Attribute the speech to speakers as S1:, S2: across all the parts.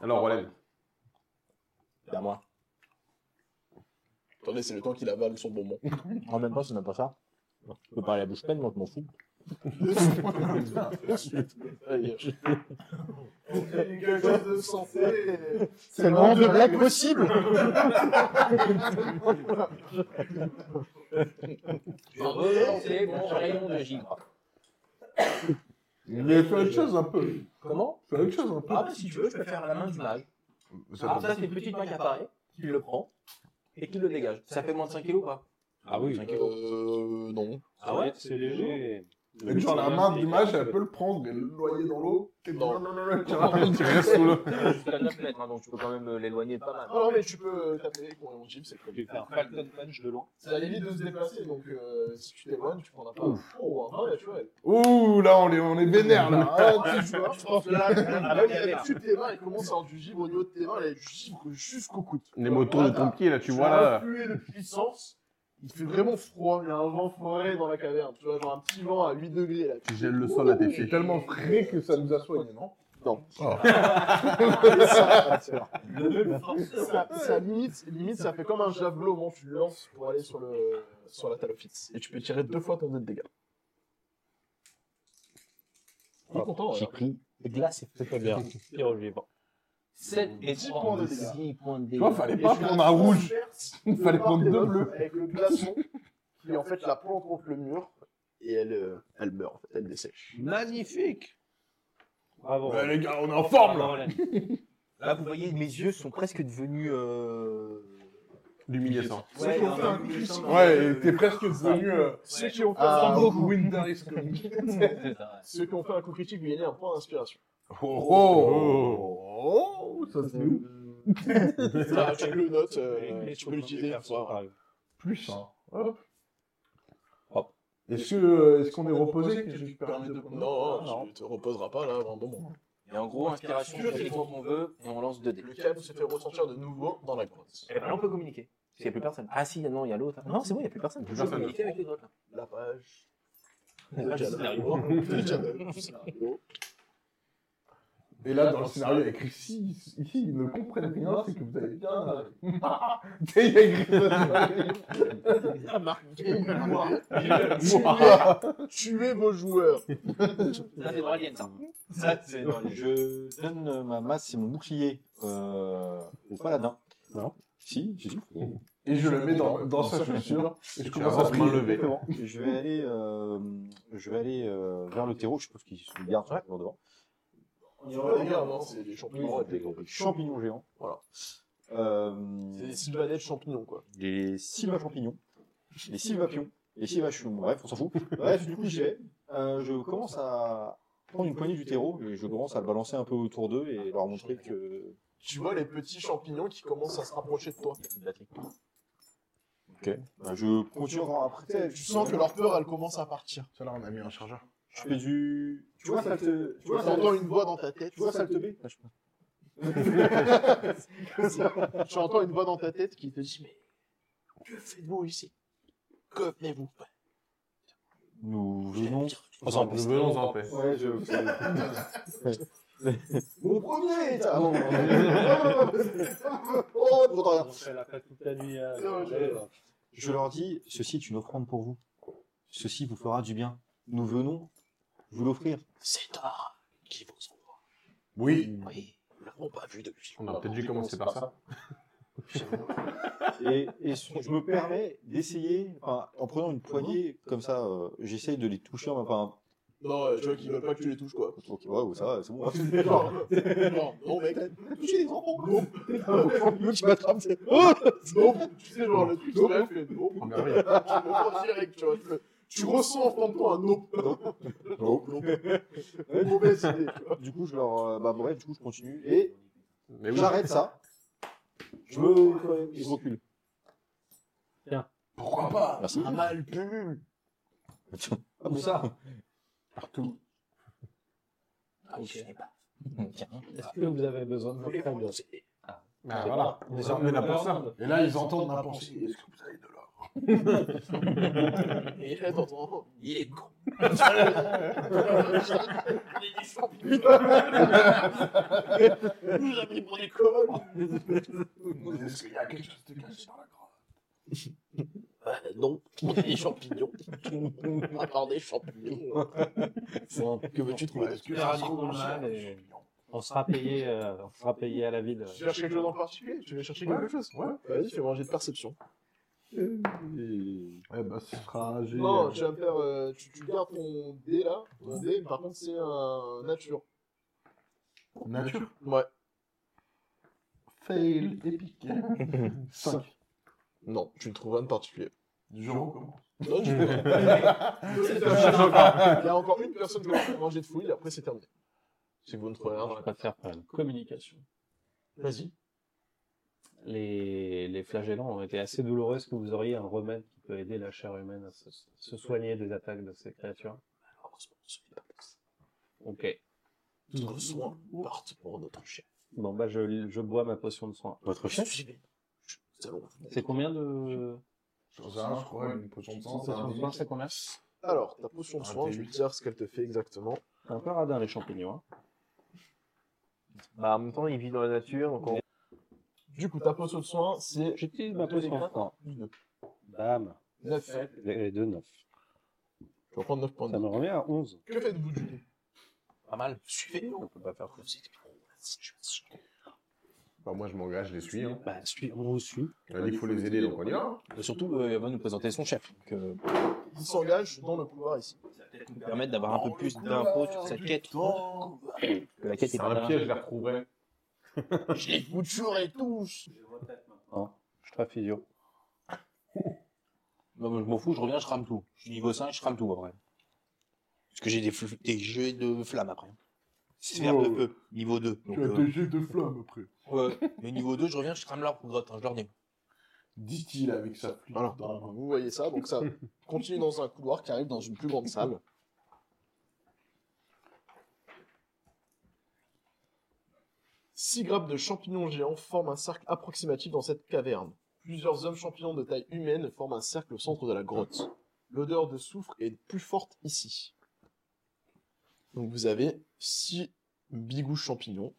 S1: Alors, relève.
S2: C'est à Bah, moi.
S3: Attendez, c'est le temps qu'il avale son bonbon.
S2: En même temps, c'est même pas ça. Je peux parler à bouche pleine, moi, je m'en fous.
S4: Quelque chose de sensé.
S2: C'est le moment de blague possible
S5: Heureux, c'est mon rayon de givre.
S4: Mais fais autre chose un peu.
S5: Comment
S4: Fais autre chose un peu.
S5: Ah, bah, si tu veux, je peux faire la main du mage.
S1: Ça
S5: Alors,
S1: tombe.
S5: ça, c'est une petite main qui apparaît, qui le prend et qui le dégage. Ça fait moins de 5 kilos ou pas
S6: Ah oui.
S5: 5 kilos.
S3: Euh, non.
S5: Ah ouais
S6: C'est léger.
S4: Et genre, la main du mage, elle peut le prendre et le noyer dans l'eau. Et
S3: Non.
S4: non, non, tu ramasses, tu restes sous l'eau.
S5: Jusqu'à 9 mètres, hein, donc tu peux quand même euh, l'éloigner pas mal.
S3: Non, non, mais tu peux euh, taper avec mon gym, c'est
S6: Je
S3: cool.
S6: vais faire un Falcon Punch de loin.
S3: C'est la limite de se déplacer, donc euh, si tu t'éloignes, tu prendras pas. Oh, un 20 naturel.
S4: Ouh, là, on est, on est vénère, là.
S3: Ah, tu sais, joueur, je pense que là,
S6: Ah,
S3: là,
S6: bah,
S3: il y a
S6: merde.
S3: dessus de tes mains, il commence à avoir du givre au niveau de tes mains, là, du givre jusqu'au coude.
S1: Les motos de ton pied, là, tu vois, là.
S3: de puissance. Il fait vraiment froid, il y a un vent frais dans la caverne, tu vois, genre un petit vent à 8 degrés là.
S1: Tu gèles le sol à tes
S4: C'est
S1: pieds.
S4: tellement frais que ça nous a soignés, non
S3: ça, ça limite, limite, ça fait comme un javelot au moment où tu le lances pour aller sur, le, sur la Talophyte. Et tu peux tirer deux fois ton dé de dégâts. Il est content,
S2: J'ai
S3: ouais.
S2: pris glace et feu vert. Pire au vivant.
S5: 7 et 10
S3: points de dégâts.
S5: 6 points de
S4: Tu
S5: dégâts.
S4: vois, fallait pas prendre un rouge. Il fallait prendre deux bleus.
S3: Avec le glaçon, qui en fait la plante contre le mur, et elle, euh, elle meurt, en fait, elle dessèche.
S6: Magnifique. Bravo.
S4: Ouais, les gars, on est en forme, là.
S6: Bravo, Hélène.
S5: Là, vous voyez, mes yeux sont presque devenus. Euh...
S1: L'humiliation.
S5: Ouais,
S4: qu'on fait
S5: un-
S4: un Ouais, et t'es presque devenu euh,
S3: Ceux qui ont fait un
S4: un
S3: coup
S4: Goku Winter is coming.
S5: C'est ça,
S3: Ceux qui ont fait un coup critique lui gagnaient un point d'inspiration.
S1: Oh, oh,
S4: Oh, ça c'est où
S3: Ah, tu le notes,
S6: Et
S3: euh, tu peux l'utiliser.
S6: faire soir, pareil.
S4: Plus, hein. Hop.
S6: Hop.
S4: Est-ce
S1: euh,
S4: que est-ce qu'on est reposé que je permets de prendre
S3: Non,
S6: Non.
S3: tu te reposeras pas là avant un moment.
S5: ouais. Et en gros, inspiration, on fait les tours qu'on veut et on lance 2 dés.
S3: Le câble se fait ressentir de nouveau dans la grotte.
S5: Et ben là, on peut communiquer. Parce qu'il n'y a plus personne. Ah si, non, il y a l'autre. Non, c'est bon, il n'y a plus personne. Je peux
S1: personne.
S5: communiquer avec les autres. là.
S3: La page.
S5: Ah, j'ai scénario.
S3: Le dialogue, le scénario.
S4: Et là, dans le scénario, il y a écrit si, si ils ne comprennent rien, c'est que vous avez bien. Tu sais, il y a écrit ça.
S3: Tuez vos joueurs.
S5: Ça, c'est dans Alien, ça.
S6: Ça, c'est dans les jeux.
S2: Je donne euh, ma masse et mon bouclier euh, au paladin.
S6: Non.
S2: Si, j'ai dit.
S4: Et je le mets dans, dans sa chaussure. Et je
S1: Tu vas
S4: commence à
S1: voir
S4: prier.
S1: main levée.
S2: Exactement. Je vais aller, euh, je vais aller euh, vers le terreau. Je pense qu'ils se gardent ça, ils vont devant.
S3: Il y a des gars, non, c'est des champignons.
S2: Des gros champignons géants. Voilà.
S3: C'est
S2: Euh,
S3: des sylvanais de champignons, quoi.
S2: les sylva champignons, les sylva pions, les sylva Bref, on s'en fout. Bref, du coup, j'y vais. Euh, je commence à prendre une poignée du terreau et je commence à le balancer un peu autour d'eux et leur montrer que
S3: Tu vois les petits champignons qui commencent à se rapprocher de toi.
S2: bah, je continue encore à prêter.
S3: Tu sens que leur peur, elle commence à partir.
S4: Ça, là, on a mis un chargeur.
S2: je fais du. Tu vois, ça te. Tu
S3: Tu vois,
S2: vois, ça
S3: t'entends une voix dans ta tête.
S2: Tu vois, ça te B
S3: Tu entends une voix dans ta tête qui te dit Mais que faites-vous ici Que venez-vous faire
S2: Nous venons.
S1: Nous venons en paix.
S2: Ouais, je.
S3: Mon premier
S2: Ah non, non, non.
S3: Oh, je t'entends rien.
S6: On fait la fête toute la nuit. hein.
S3: Non, je-
S2: Je leur dis, ceci est une offrande pour vous. Ceci vous fera du bien. Nous venons vous l'offrir.
S3: C'est tard qui vous envoie.
S1: Oui.
S3: Oui, nous l'avons pas vu depuis.
S1: On aurait peut-être dû commencer par ça.
S2: Et, et so- je me permets d'essayer, enfin, en prenant une poignée comme ça, euh, j'essaye de les toucher. Enfin,
S3: Non, euh, tu vois qu'ils veulent pas que tu les touches, quoi.
S2: ok, ouais, ça va, c'est bon.
S3: Non, non, non, mec, touché des enfants. Non,
S2: Le mec, je m'attrape, c'est-
S3: non, tu sais, genre le truc qui m'a fait. Non, Oh, tu
S1: Première
S3: le vois direct, tu vois. tu le- Tu ressens en fond de toi un non.
S2: Oh.
S3: Non, mauvaise idée. tu vois.
S2: Du coup, je leur, euh, bah bref, du coup, je continue et
S1: Mais oui.
S2: j'arrête ça. Je me, je recule.
S4: Pourquoi pas
S2: Merci.
S3: Ah, Un mal pull.
S2: Ah, mais ça.
S4: Partout.
S5: Ah,
S6: Est-ce que vous avez besoin de me
S1: Ah,
S4: Ah, Bah voilà. On est là pour ça. Et là, ils entendent ma pensée. Est-ce que vous avez de l'or
S3: Et il est dans ton-
S5: Il est con.
S3: Les dessins, putain. Nous avons pris pour des colonnes. Est-ce qu'il y a quelque chose de caché dans la grotte
S5: Bah, non, on est des champignons. À part des champignons.
S3: Que veux-tu trouver
S4: Est-ce
S3: Est-ce
S4: que
S3: que
S4: ça
S3: ça
S4: se trouve mal
S6: et- On sera payé, euh, on sera payé à la ville. euh,
S3: Tu cherches quelque chose en particulier Tu veux chercher quelque chose
S4: Ouais.
S3: Vas-y, fais manger de perception.
S4: Ouais, bah, ce sera un G.
S3: Non, tu vas me faire. euh, tu, tu gardes ton dé là. Ton dé, par contre, c'est un nature.
S4: Nature.
S3: Ouais.
S4: Fail épique. 5.
S3: Non, tu ne trouves rien de particulier.
S4: Je recommence.
S3: Non, tu ne trouves rien. Il y a encore une personne qui va manger de fouille, après c'est terminé. Si vous ne trouvez rien,
S6: Je préfère quand même. Communication.
S3: vas-y.
S6: Les, les flagellants ont été assez douloureux. Est-ce que vous auriez un remède qui peut aider la chair humaine à se, se soigner des attaques de ces créatures
S5: Malheureusement, ce n'est pas possible.
S6: Ok.
S5: Notre soin partent pour notre chef.
S6: Bon, bah, je, je bois ma potion de soin.
S5: Votre chef Nous allons vous
S6: C'est combien de.
S4: J'en sais rien, je crois, une potion de sang, c'est
S6: potion
S4: un
S6: de soin, c'est combien
S3: Alors, ta potion de soin, je vais te dire ce qu'elle te fait exactement.
S6: Un peu radin, les champignons. hein.
S5: Bah, en même temps, il vit dans la nature, donc on...
S3: Du coup, ta potion de soin, c'est
S6: J'utilise ma potion de soin.
S3: Deux.
S6: Bam.
S3: 9.
S6: Les les deux, neuf.
S3: Tu vas prendre 9 points de
S6: Ça
S3: vie.
S6: me revient à 11.
S3: Que faites-vous du coup
S5: pas mal. Suivez-nous.
S6: On peut pas faire
S5: Vous êtes trop la situation.
S1: Bah, moi, je m'engage, je les suis. Hein.
S5: Bah, suis- on vous suit.
S1: On a dit qu'il faut les aider, donc on y va.
S5: Mais surtout, euh, elle va nous présenter son chef. Donc, euh,
S3: Il s'engage dans le couloir ici.
S5: nous permettre d'avoir un peu
S2: Oh,
S5: plus d'infos sur cette quête. Que la quête est
S1: C'est un
S5: pas
S1: piège, je les retrouverai.
S3: Je les et tous
S6: Hein Je te la figure.
S5: Non, mais je m'en fous, je reviens, je crame tout. Je suis niveau 5, je crame tout après. Parce que j'ai des, fl- des jets de flammes après. Sphère de
S2: Oh.
S5: feu, E, niveau 2. Donc,
S4: Tu as
S5: euh,
S4: deux jets de flamme après.
S5: ouais. Mais niveau 2, je reviens, je crame l'arbre pour grotte, hein, je leur dis.
S4: Dit-il avec sa flûte.
S3: Voilà. Bah,
S4: dans la main.
S3: Vous voyez ça, donc ça continue dans un couloir qui arrive dans une plus grande salle. Six grappes de champignons géants forment un cercle approximatif dans cette caverne. Plusieurs hommes champignons de taille humaine forment un cercle au centre de la grotte. L'odeur de soufre est plus forte ici. Donc vous avez six bigous champignons.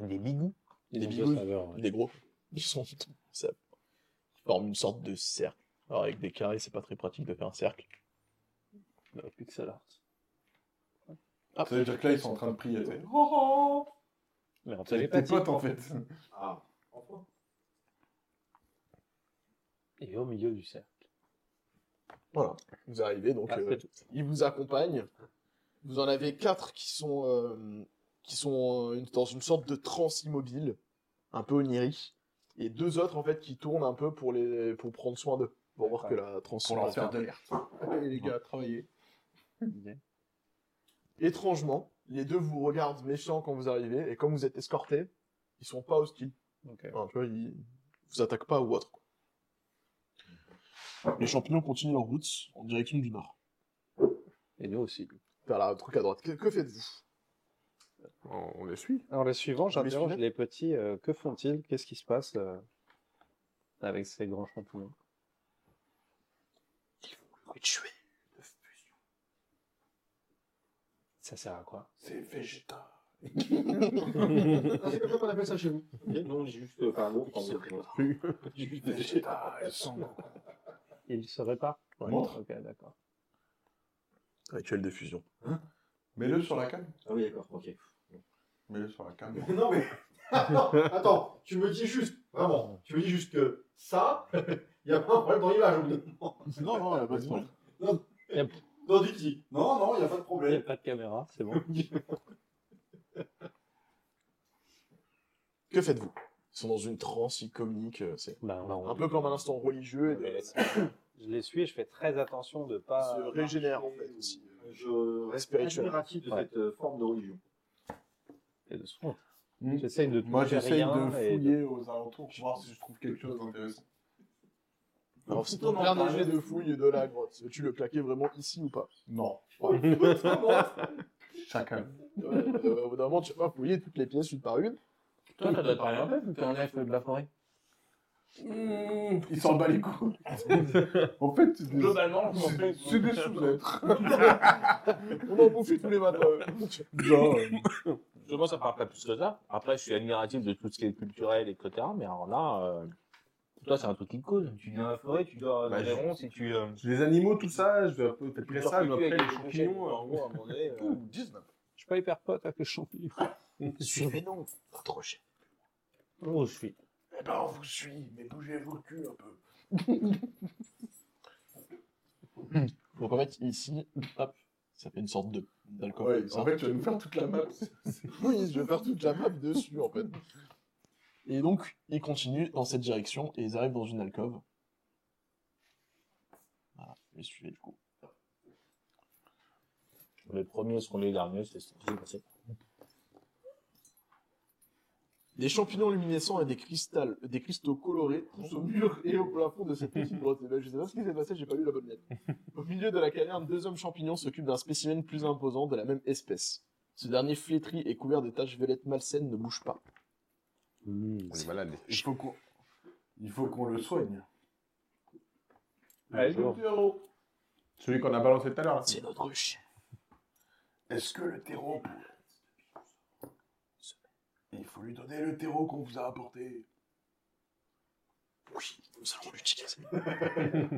S5: Des bigous.
S3: Des
S6: Ils ont deux
S3: bigouilles.
S6: saveurs, ouais.
S3: Des gros. Ils sont. Ça ils forment une sorte de cercle. Alors, avec des carrés, c'est pas très pratique de faire un cercle.
S6: Euh, Pixel art.
S3: Ah,
S4: Ça veut dire que là, ils sont en train de prier. tu sais.
S6: Mais en
S4: Avec tes
S6: télépathie.
S4: potes, en fait.
S6: Et au milieu du cercle.
S3: Voilà. Vous arrivez, donc,
S6: Ah,
S3: euh,
S6: c'est tout.
S3: ils vous accompagnent. Vous en avez quatre qui sont, euh, qui sont euh, une- dans une sorte de transe immobile, un peu onirique. Et deux autres, en fait, qui tournent un peu pour, les, pour prendre soin d'eux. Pour voir que la transe
S4: Pour leur faire de l'air. Allez, les gars, travaillez.
S3: Étrangement, les deux vous regardent méchants quand vous arrivez, et comme vous êtes escortés, ils sont pas hostiles.
S6: Ok.
S3: Enfin, tu vois, ils vous attaquent pas ou autre. quoi. Les champignons continuent leur route en direction du nord,
S6: Et nous aussi.
S3: vers la truc à droite. Que, que faites-vous
S1: On on les suit.
S6: Alors, le suivant,
S3: Tu les
S6: j'interroge
S3: suivais
S6: les petits. euh, que font-ils Qu'est-ce qui se passe euh, avec ces grands champignons
S5: Vous pouvez tuer.
S6: Ça sert à quoi
S4: C'est végétal.
S2: C'est comment on appelle ça chez vous
S5: Non, j'ai juste. Enfin, non,
S4: Végétal, sans goût.
S6: Ils se réparent
S3: Ouais.
S6: Montre. Ok, d'accord.
S3: Rituel de fusion.
S4: Mets-le sur la canne.
S5: Ah oui, d'accord, ok.
S4: Mets-le sur la canne.
S2: Non mais. Attends, attends, tu me dis juste, vraiment, tu me dis juste que ça, il y a pas un problème dans l'image au bout d'un moment.
S3: Non, non, pas de
S2: Dans du petit. Non, non, il n'y a pas de
S6: Il n'y a
S2: problème.
S6: pas de caméra, c'est bon.
S3: Que faites-vous Ils sont dans une transe, ils communiquent, euh, c'est
S6: Bah, on-
S3: un peu comme un instant religieux, et
S6: Je les
S3: de-
S6: laisse. je les suis et je fais très attention de
S3: ils
S6: pas.
S3: se régénèrent en fait aussi.
S2: Je reste
S3: Spirituel.
S2: admiratif de
S6: Ouais.
S2: cette euh, forme de religion.
S6: et de se rendre.
S4: Mm.
S6: J'essaye de.
S4: Moi,
S6: toucher
S4: j'essaye
S6: rien
S4: de
S6: et
S4: fouiller aux alentours, voir si je trouve quelque chose d'intéressant.
S3: Alors c'est ton dernier jet de fouille de la grotte. Veux-tu le claquer vraiment ici ou pas
S4: Non. Chacun.
S3: Ouais, euh, Au bout d'un moment, tu vas fouiller toutes les pièces une par une.
S5: Toi, t'as pas rien fait, vu qu'on enlève la forêt.
S4: Mmh, il s'en bat les couilles. en fait, c'est des-
S2: Globalement, je m'en
S4: c'est
S2: fais.
S4: c'est des sous-êtres.
S3: On en bouffe tous les matins.
S4: Genre, euh,
S2: Justement, ça parle pas plus que ça. Après, je suis admiratif de tout ce qui est culturel, etc. Mais alors là, euh, toi, c'est un truc qui te cause. Tu viens à la forêt, tu dors dans
S4: Bah,
S2: les
S4: je-
S2: ronces et tu. euh,
S4: les animaux, tout ça, je vais un peu
S2: tu
S4: après
S2: dors
S4: ça,
S2: que
S4: je
S2: tu
S4: vais
S2: avec
S4: après les
S2: des
S4: champignons.
S2: champignons, en gros, à un moment donné, euh,
S6: Je suis pas hyper pote avec les champignons.
S3: Suivez nous votre rocher.
S6: Oh, je suis.
S3: Eh ben, on vous suit, mais bougez vos culs un peu. Donc en fait, ici, hop, ça fait une sorte de d'alcool.
S4: Ouais,
S3: comme ça.
S4: en fait, tu vas nous faire toute la map.
S3: Oui, je vais faire toute la map dessus, en fait. Et donc, ils continuent dans cette direction et ils arrivent dans une alcôve. Voilà, je les suivez du coup.
S2: Les premiers seront les derniers, c'est ce qui s'est passé.
S3: Des champignons luminescents et des, cristals, des cristaux colorés poussent au mur et au plafond de cette petite grotte. Et ben, je sais pas ce qui s'est passé, j'ai pas lu la bonne lettre. Au milieu de la caverne, deux hommes champignons s'occupent d'un spécimen plus imposant de la même espèce. Ce dernier flétri et couvert de taches violettes malsaines ne bouge pas.
S4: On est malade.
S1: Il faut qu'on... Il faut qu'on le soigne.
S4: Allez, le terreau. Celui qu'on a balancé tout à l'heure.
S3: C'est notre chien.
S1: Est-ce que le terreau... Il faut lui donner le terreau qu'on vous a apporté.
S3: Oui, nous allons l'utiliser.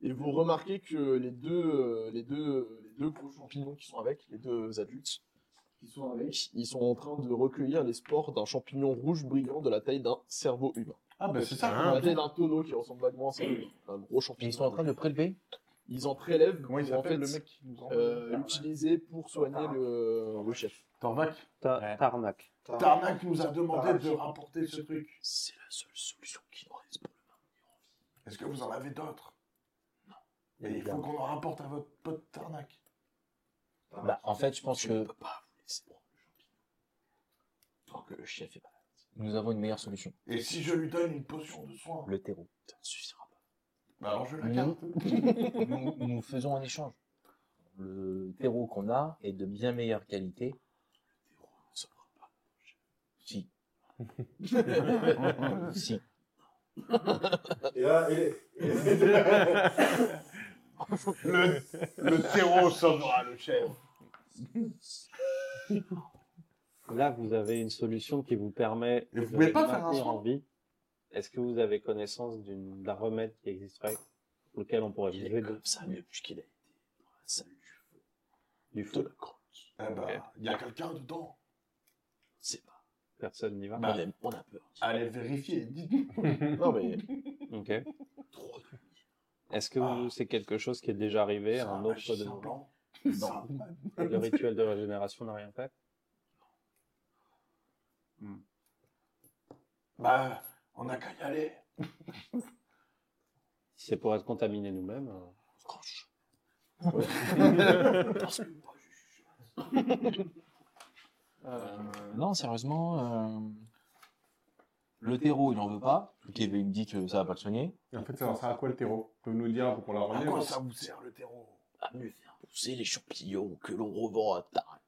S3: Et vous remarquez que les deux, euh, les deux, les deux gros champignons qui sont avec, les deux adultes, qui sont avec, ils sont en train de recueillir les spores d'un champignon rouge brillant de la taille d'un cerveau humain.
S1: Ah bah c'est ça.
S3: On a dit d'un tonneau qui ressemble vaguement à ça, un gros champignon.
S7: Ils sont en train de prélever.
S3: Ils en prélèvent
S1: Comment il
S3: pour en fait
S1: s'appelle le mec qui nous Ah, envoie
S3: euh, l'utiliser pour soigner le, le chef.
S1: Tarnac.
S6: Ta-
S2: Ouais.
S6: Tarnac.
S1: Tarnac nous a demandé de rapporter ce truc.
S3: C'est la seule solution qui nous reste pour le moment.
S1: Est-ce que vous en avez d'autres Non. Mais il faut qu'on en rapporte à votre pote Tarnac.
S7: Bah, en fait, je pense
S3: Je ne
S7: que
S3: peux pas vous laisser prendre le champignon. Tant que le chef est malade,
S7: nous avons une meilleure solution.
S1: Et si je lui donne une potion de soin
S7: Le terreau.
S3: ça ne suffira pas.
S1: Bah alors je la
S7: Nous-
S1: garde.
S7: nous, nous faisons un échange. Le terreau qu'on a est de bien meilleure qualité.
S3: Le terreau ne sauvera pas.
S7: Si. si.
S8: Et là, et-
S1: Le, le terreau sauvera le chef.
S6: Là, vous avez une solution qui vous permet
S1: Mais vous
S6: de
S1: pouvez
S6: les
S1: pas faire un
S6: maintenir
S1: soin
S6: en vie. Est-ce que vous avez connaissance d'une- d'un remède qui existerait, auquel on pourrait vous
S3: Il est
S6: aider
S3: comme ça depuis qu'il a été dans la salle du feu
S6: du
S3: de
S6: feu
S3: la grotte.
S1: Eh ben, il y a quelqu'un dedans.
S3: C'est pas.
S6: Personne n'y va.
S7: Bah.
S3: on, a, on a peur.
S7: Ah,
S1: Allez vérifier, dites-nous.
S3: Non mais
S6: Ok.
S3: trop de
S6: Est-ce que vous- c'est quelque chose qui est déjà arrivé à un autre de
S1: magicien
S6: nous
S1: blanc.
S3: Non.
S6: Le rituel de régénération n'a rien fait
S1: Bah, on n'a qu'à y aller.
S6: Si c'est pour être contaminé nous-mêmes. euh,
S3: croches.
S7: non, sérieusement, euh, le terreau, il n'en veut pas. Tout est- il me dit que ça va pas le soigner.
S4: En fait, ça sert à quoi le terreau Tu peux nous dire pour qu'on la
S1: À
S4: remet
S1: quoi ça vous sert le terreau
S3: À mieux faire pousser les champignons que l'on revend à Tarak.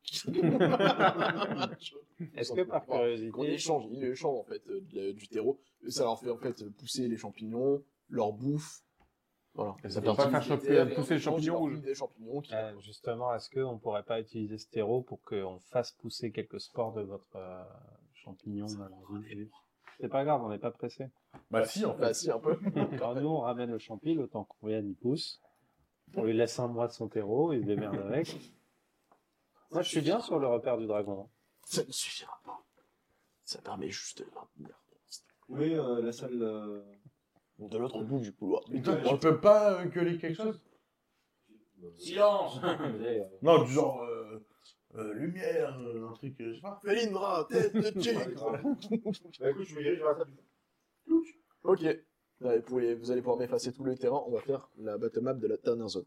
S6: Est-ce que par
S3: Qu'on
S6: curiosité,
S3: échange, ils échangent en fait euh, de la- du terreau. Et ça leur fait en fait pousser les champignons, leur bouffe. Voilà.
S4: Et ça
S3: leur
S4: peut pas
S3: donne
S4: faire
S3: des
S4: choper-
S3: terres,
S4: pousser les
S3: ils leur
S4: champignons
S3: poussent
S4: rouges.
S3: Des champignons qui...
S2: Ah.
S6: euh, justement, est-ce qu'on pourrait pas utiliser ce terreau pour qu'on fasse pousser quelques spores de votre euh, champignon dans la rue C'est pas grave, on n'est pas pressé.
S4: Bah si, en fait.
S3: Bah si, un peu.
S6: Alors nous, on ramène le champi, le temps qu'on y pousse. On lui laisse un mois de son terreau, il se démerde avec. Moi, je suis bien sur le repère du dragon.
S3: Ça ne suffira pas. Ça permet juste de le maintenir.
S8: Où est euh, la salle euh,
S3: De l'autre bout du couloir.
S4: Mais toi, tu peux pas euh, gueuler quelque chose
S2: Silence
S1: Non, du genre euh, euh, lumière, euh, un truc, euh, je sais pas.
S3: Felindra, tête de tigre
S8: Bah écoute, je vais y aller, je vais à la salle du-
S3: Ok. Là, vous, pouvez- vous allez pouvoir m'effacer tout le terrain. On va faire la battle map de la dernière zone.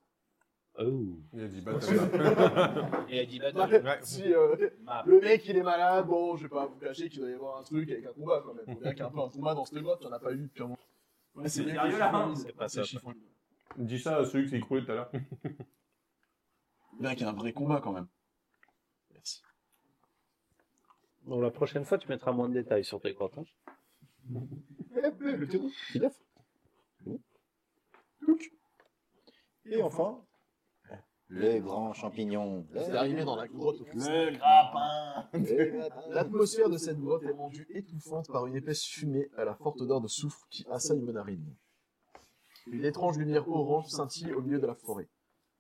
S6: Oh.
S4: Il a dit bâtard.
S2: Et elle dit bah,
S3: si euh,
S2: map.
S3: le mec il est malade, bon, je vais pas vous cacher qu'il doit y avoir un truc avec un combat quand même. Faut bien qu'il y ait un peu un combat dans cette grotte, on a pas eu depuis un moment.
S2: c'est
S3: mieux que
S2: sérieux,
S3: les
S2: là,
S3: chiffons,
S2: hein.
S3: c'est pas ça. Faut
S4: Dis ça à celui qui s'est écroulé tout à l'heure.
S3: Bien qu'il y ait un vrai combat quand même. Merci.
S6: Bon, la prochaine fois, tu mettras moins de détails sur tes crottes. hein.
S2: le terreau, petit neuf. Touc. Et enfin, les grands champignons.
S3: C'est arrivé dans la grotte.
S1: Le grappin
S3: L'atmosphère de cette grotte est rendue étouffante par une épaisse fumée à la forte odeur de soufre qui assaille mes narines. Une étrange lumière orange scintille au milieu de la forêt.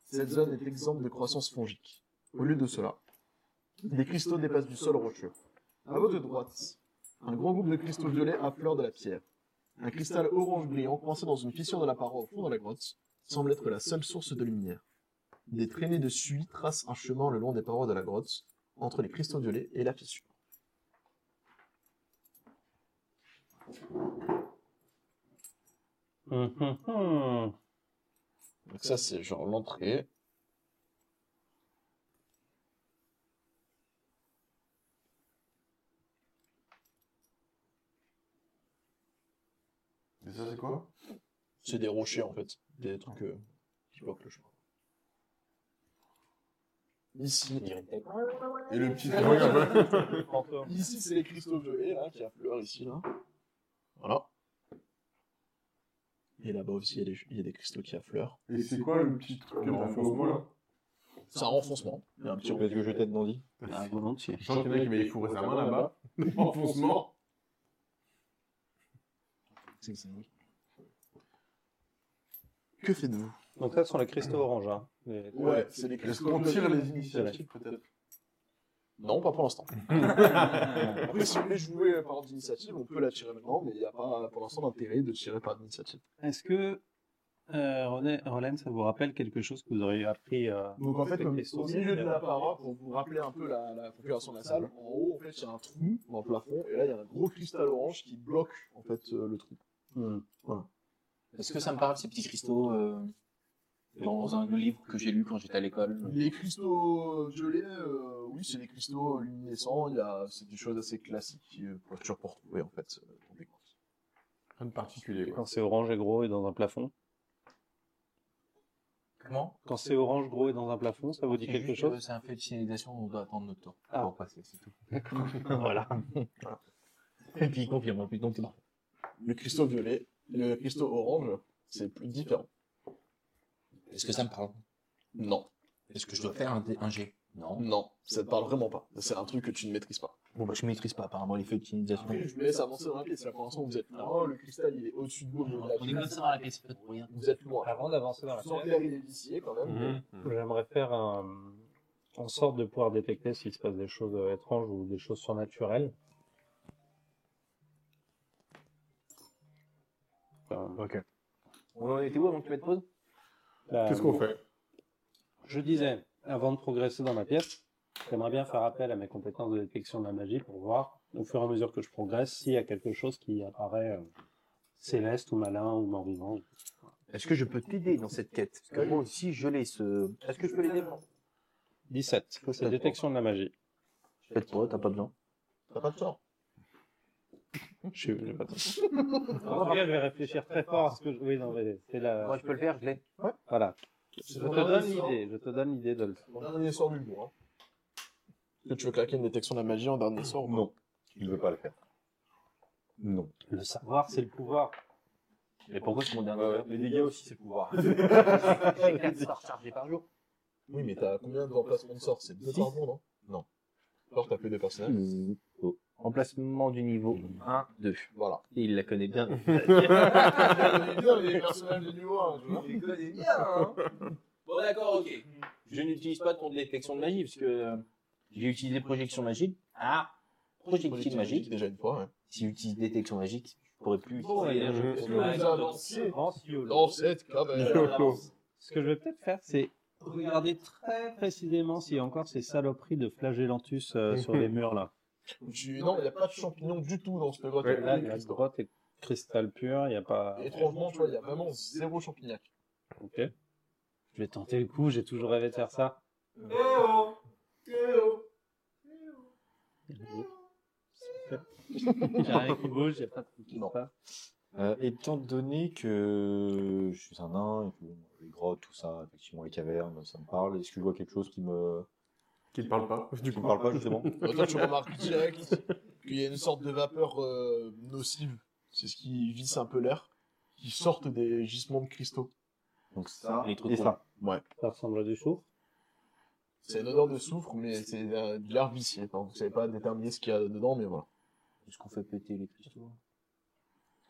S3: Cette zone est exempte de croissance fongique. Au lieu de cela, des cristaux dépassent du sol rocheux. À votre droite, un grand groupe de cristaux violets à fleur de la pierre. Un cristal orange brillant coincé dans une fissure de la paroi au fond de la grotte semble être la seule source de lumière. Des traînées de suie tracent un chemin le long des parois de la grotte, entre les cristaux violets et la fissure.
S6: Hum, hum, hum.
S3: Donc ça, c'est genre l'entrée.
S4: Mais ça, c'est quoi
S3: C'est des rochers, en fait. Des trucs euh, qui bloquent le chemin. Ici,
S4: Et le petit truc euh, un peu.
S3: Ici, c'est les cristaux violets, là, qui affleurent ici, là. Voilà. Et là-bas aussi, il y, a des- il y a des cristaux qui affleurent.
S4: Et c'est quoi le petit truc que t'as fait au bout là
S3: C'est un renfoncement. Il y a un petit
S2: Tu veux que je t'aide, Dandy
S5: Ah, volontiers.
S4: Je sens qu'il y en a qui m'avaient fourré sa main là-bas. Enfoncement.
S3: Que faites-vous
S6: Donc là, ce sont les cristaux orange. Hein. Les-
S3: Ouais, c'est les
S4: Est-ce
S3: cristaux.
S4: qu'on tire les initiatives peut-être
S3: Non, pas pour l'instant. Après, si vous voulez jouer euh, par ordre d'initiative, on peut la tirer maintenant, mais il n'y a pas euh, pour l'instant d'intérêt de tirer par ordre d'initiative.
S6: Est-ce que, euh, René- Roland, ça vous rappelle quelque chose que vous auriez appris euh,
S3: Donc en fait,
S6: avec
S3: au
S6: les euh,
S3: au
S6: sources
S3: milieu de la paroi, pour vous rappeler un peu la, la configuration de la salle, en haut, en fait, il y a un trou dans le plafond, et là, il y a un gros cristal orange qui bloque en fait euh, le trou.
S7: Hmm.
S6: Hum.
S5: Est-ce que ça me parle, ces petits cristaux euh, dans un livre que j'ai lu quand j'étais à l'école
S3: Les cristaux violets, euh, oui, c'est des cristaux luminescents, il y a, c'est des choses assez classiques euh, qu'on peut toujours pour retrouver en fait euh, dans des grottes.
S4: Rien de particulier. quoi.
S6: Quand c'est orange et gros et dans un plafond
S5: Comment
S6: Quand c'est orange, gros et dans un plafond, ça vous dit
S5: C'est
S6: quelque
S5: juste, euh,
S6: chose
S5: C'est un feu de signalisation, on doit attendre notre tour
S6: Ah.
S5: pour passer, c'est tout. voilà. Et puis il confirme, et puis donc c'est parfait.
S3: Le cristaux violet, le cristaux orange, c'est plus différent.
S5: Est-ce que ça me parle
S3: Non,
S5: Est-ce que je dois faire un, dé- un jet Non.
S3: non, ça te parle vraiment pas. C'est un truc que tu ne maîtrises pas.
S5: Bon, bah, je maîtrise pas apparemment les feux de signalisation.
S3: Après, je vous laisse avancer dans la pièce. Là, pour l'instant, vous êtes loin. Le cristal, il est au-dessus de vous. au milieu de la pièce. Ah,
S5: pièce, c'est pas pour rien.
S3: Vous êtes loin.
S6: euh, Avant d'avancer dans la
S3: Sans
S6: pièce,
S3: l'arrivée d'ici, quand même.
S6: j'aimerais faire un- en sorte de pouvoir détecter s'il se passe des choses euh, étranges ou des choses surnaturelles.
S4: Ok.
S7: On en était où avant que tu mettes pause
S6: Là,
S4: Euh, Qu'est-ce qu'on fait
S6: Je disais, avant de progresser dans ma pièce, j'aimerais bien faire appel à mes compétences de détection de la magie pour voir, au fur et à mesure que je progresse, s'il y a quelque chose qui apparaît euh, céleste ou malin ou mort-vivant.
S7: Est-ce que je peux t'aider dans cette quête Parce que moi aussi, je l'ai ce. Est-ce que je peux l'aider
S6: 17, c'est détection de la magie.
S7: Faites pas, t'as pas besoin.
S3: T'as pas de tort.
S6: Je n'ai pas En tout cas, je vais réfléchir très fort à ce que je... Oui, non, mais c'est la...
S7: Moi, je peux le faire, je l'ai.
S6: Voilà. Je
S3: C'est
S6: te
S3: mon
S6: donne
S3: dernier sort.
S6: l'idée, je te donne l'idée de le faire.
S3: Mon dernier sort du jour. Est-ce que tu veux claquer une détection de la magie en dernier sort
S2: Non, il ne veut pas le faire. Non.
S6: Le savoir, c'est le pouvoir.
S7: Mais pourquoi c'est mon dernier
S2: les dégâts aussi, c'est pouvoir.
S7: J'ai 4 sorts chargés par jour.
S3: Oui, mais t'as combien de remplacements de sorts C'est deux par jour, non Non. Alors, t'as fait deux personnages.
S7: Remplacement du niveau 1, 2.
S3: Voilà.
S7: Et il la connaît bien.
S3: bien les personnages de niveau 1, tu vois.
S7: Il connaît bien, hein Bon, d'accord, ok. Je n'utilise pas ton détection de magie, parce que euh, j'ai utilisé projection magique. Ah Projectile magique.
S3: Déjà une fois, hein. ouais.
S5: Si j'utilise détection magique, je pourrais plus.
S3: Bon,
S5: utiliser
S3: et
S5: un jeu
S4: je-
S5: de
S3: est-ce que
S5: combat.
S3: vous avancez
S6: Avance, YOLO.
S3: Dans cette caverne.
S6: Ce que je vais peut-être faire, c'est regarder très précisément s'il y a encore ces saloperies de flagellantus euh, sur les murs là.
S3: Tu- Non, il n'y a pas de champignons du tout dans cette grotte.
S4: Ouais,
S3: Il y a
S6: Là,
S3: que des
S6: la
S3: cristaux.
S6: grotte est cristal pur, il n'y a pas.
S3: Étrangement, tu vois, il y a vraiment zéro champignac.
S6: Ok. Je vais tenter le coup, j'ai toujours rêvé de faire ça. Eh oh Il n'y a rien qui bouge, il n'y a pas de truc qui
S3: Non.
S6: passe.
S2: Euh, étant donné que je suis un nain, et que, bon, les grottes, tout ça, effectivement, les cavernes, ça me parle, est-ce que je vois quelque chose qui me,
S4: Qui ne parle pas
S2: qui me parle
S3: Bah,
S2: pas, justement
S3: Toi, tu remarques direct qu'il y a une sorte de vapeur euh, nocive C'est ce qui visse un peu l'air, qui sortent des gisements de cristaux.
S2: Donc ça
S7: Les trucs
S2: et ça.
S6: Ça ressemble à du soufre.
S3: C'est une odeur de soufre, mais c'est euh, de l'air vicié. Enfin, vous savez pas déterminer ce qu'il y a dedans, mais voilà.
S5: Est-ce qu'on fait péter les cristaux hein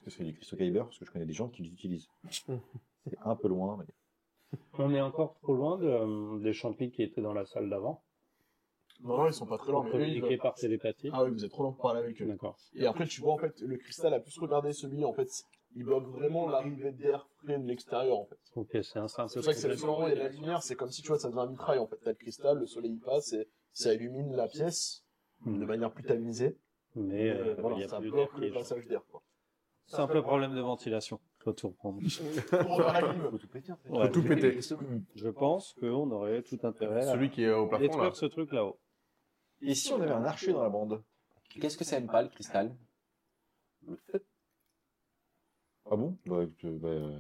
S2: C'est du cristaux Kyber, parce que je connais des gens qui les utilisent. C'est un peu loin, mais
S6: On est encore trop loin de, euh, des champis qui étaient dans la salle d'avant.
S3: Non, non, ils sont pas très lents,
S6: Pour
S3: mais eux, ils
S6: communiquer
S3: doivent-
S6: par télépathie.
S3: Ah oui, vous êtes trop lent pour parler avec eux.
S6: D'accord.
S3: Et après, tu vois, en fait, le cristal a plus regardé celui, en fait, il bloque vraiment l'arrivée d'air frais de l'extérieur, en fait.
S6: Ok, c'est un simple.
S3: C'est pour ça que c'est le moment et la lumière, c'est comme si, tu vois, ça devait un vitrail, en fait. T'as le cristal, le soleil y passe, et ça illumine la pièce de manière plus tamisée.
S6: Mais Hmm. euh,
S3: Euh,
S6: il y
S3: voilà,
S6: a
S3: ça
S6: plus d'air
S3: bloque
S6: qui
S3: le
S6: est.
S3: passage d'air, quoi.
S6: Simple problème de ventilation. Faut tout reprendre.
S3: Pour la clim.
S5: Faut tout péter en fait.
S6: Ouais.
S4: tout péter.
S6: Je pense qu'on aurait tout intérêt
S4: Celui qui est au
S6: à
S4: plafond, là.
S6: détruire ce truc là-haut.
S2: Et si on avait un archer dans la bande
S5: Qu'est-ce que ça aime pas le cristal
S2: Ah bon bah, euh, bah, euh,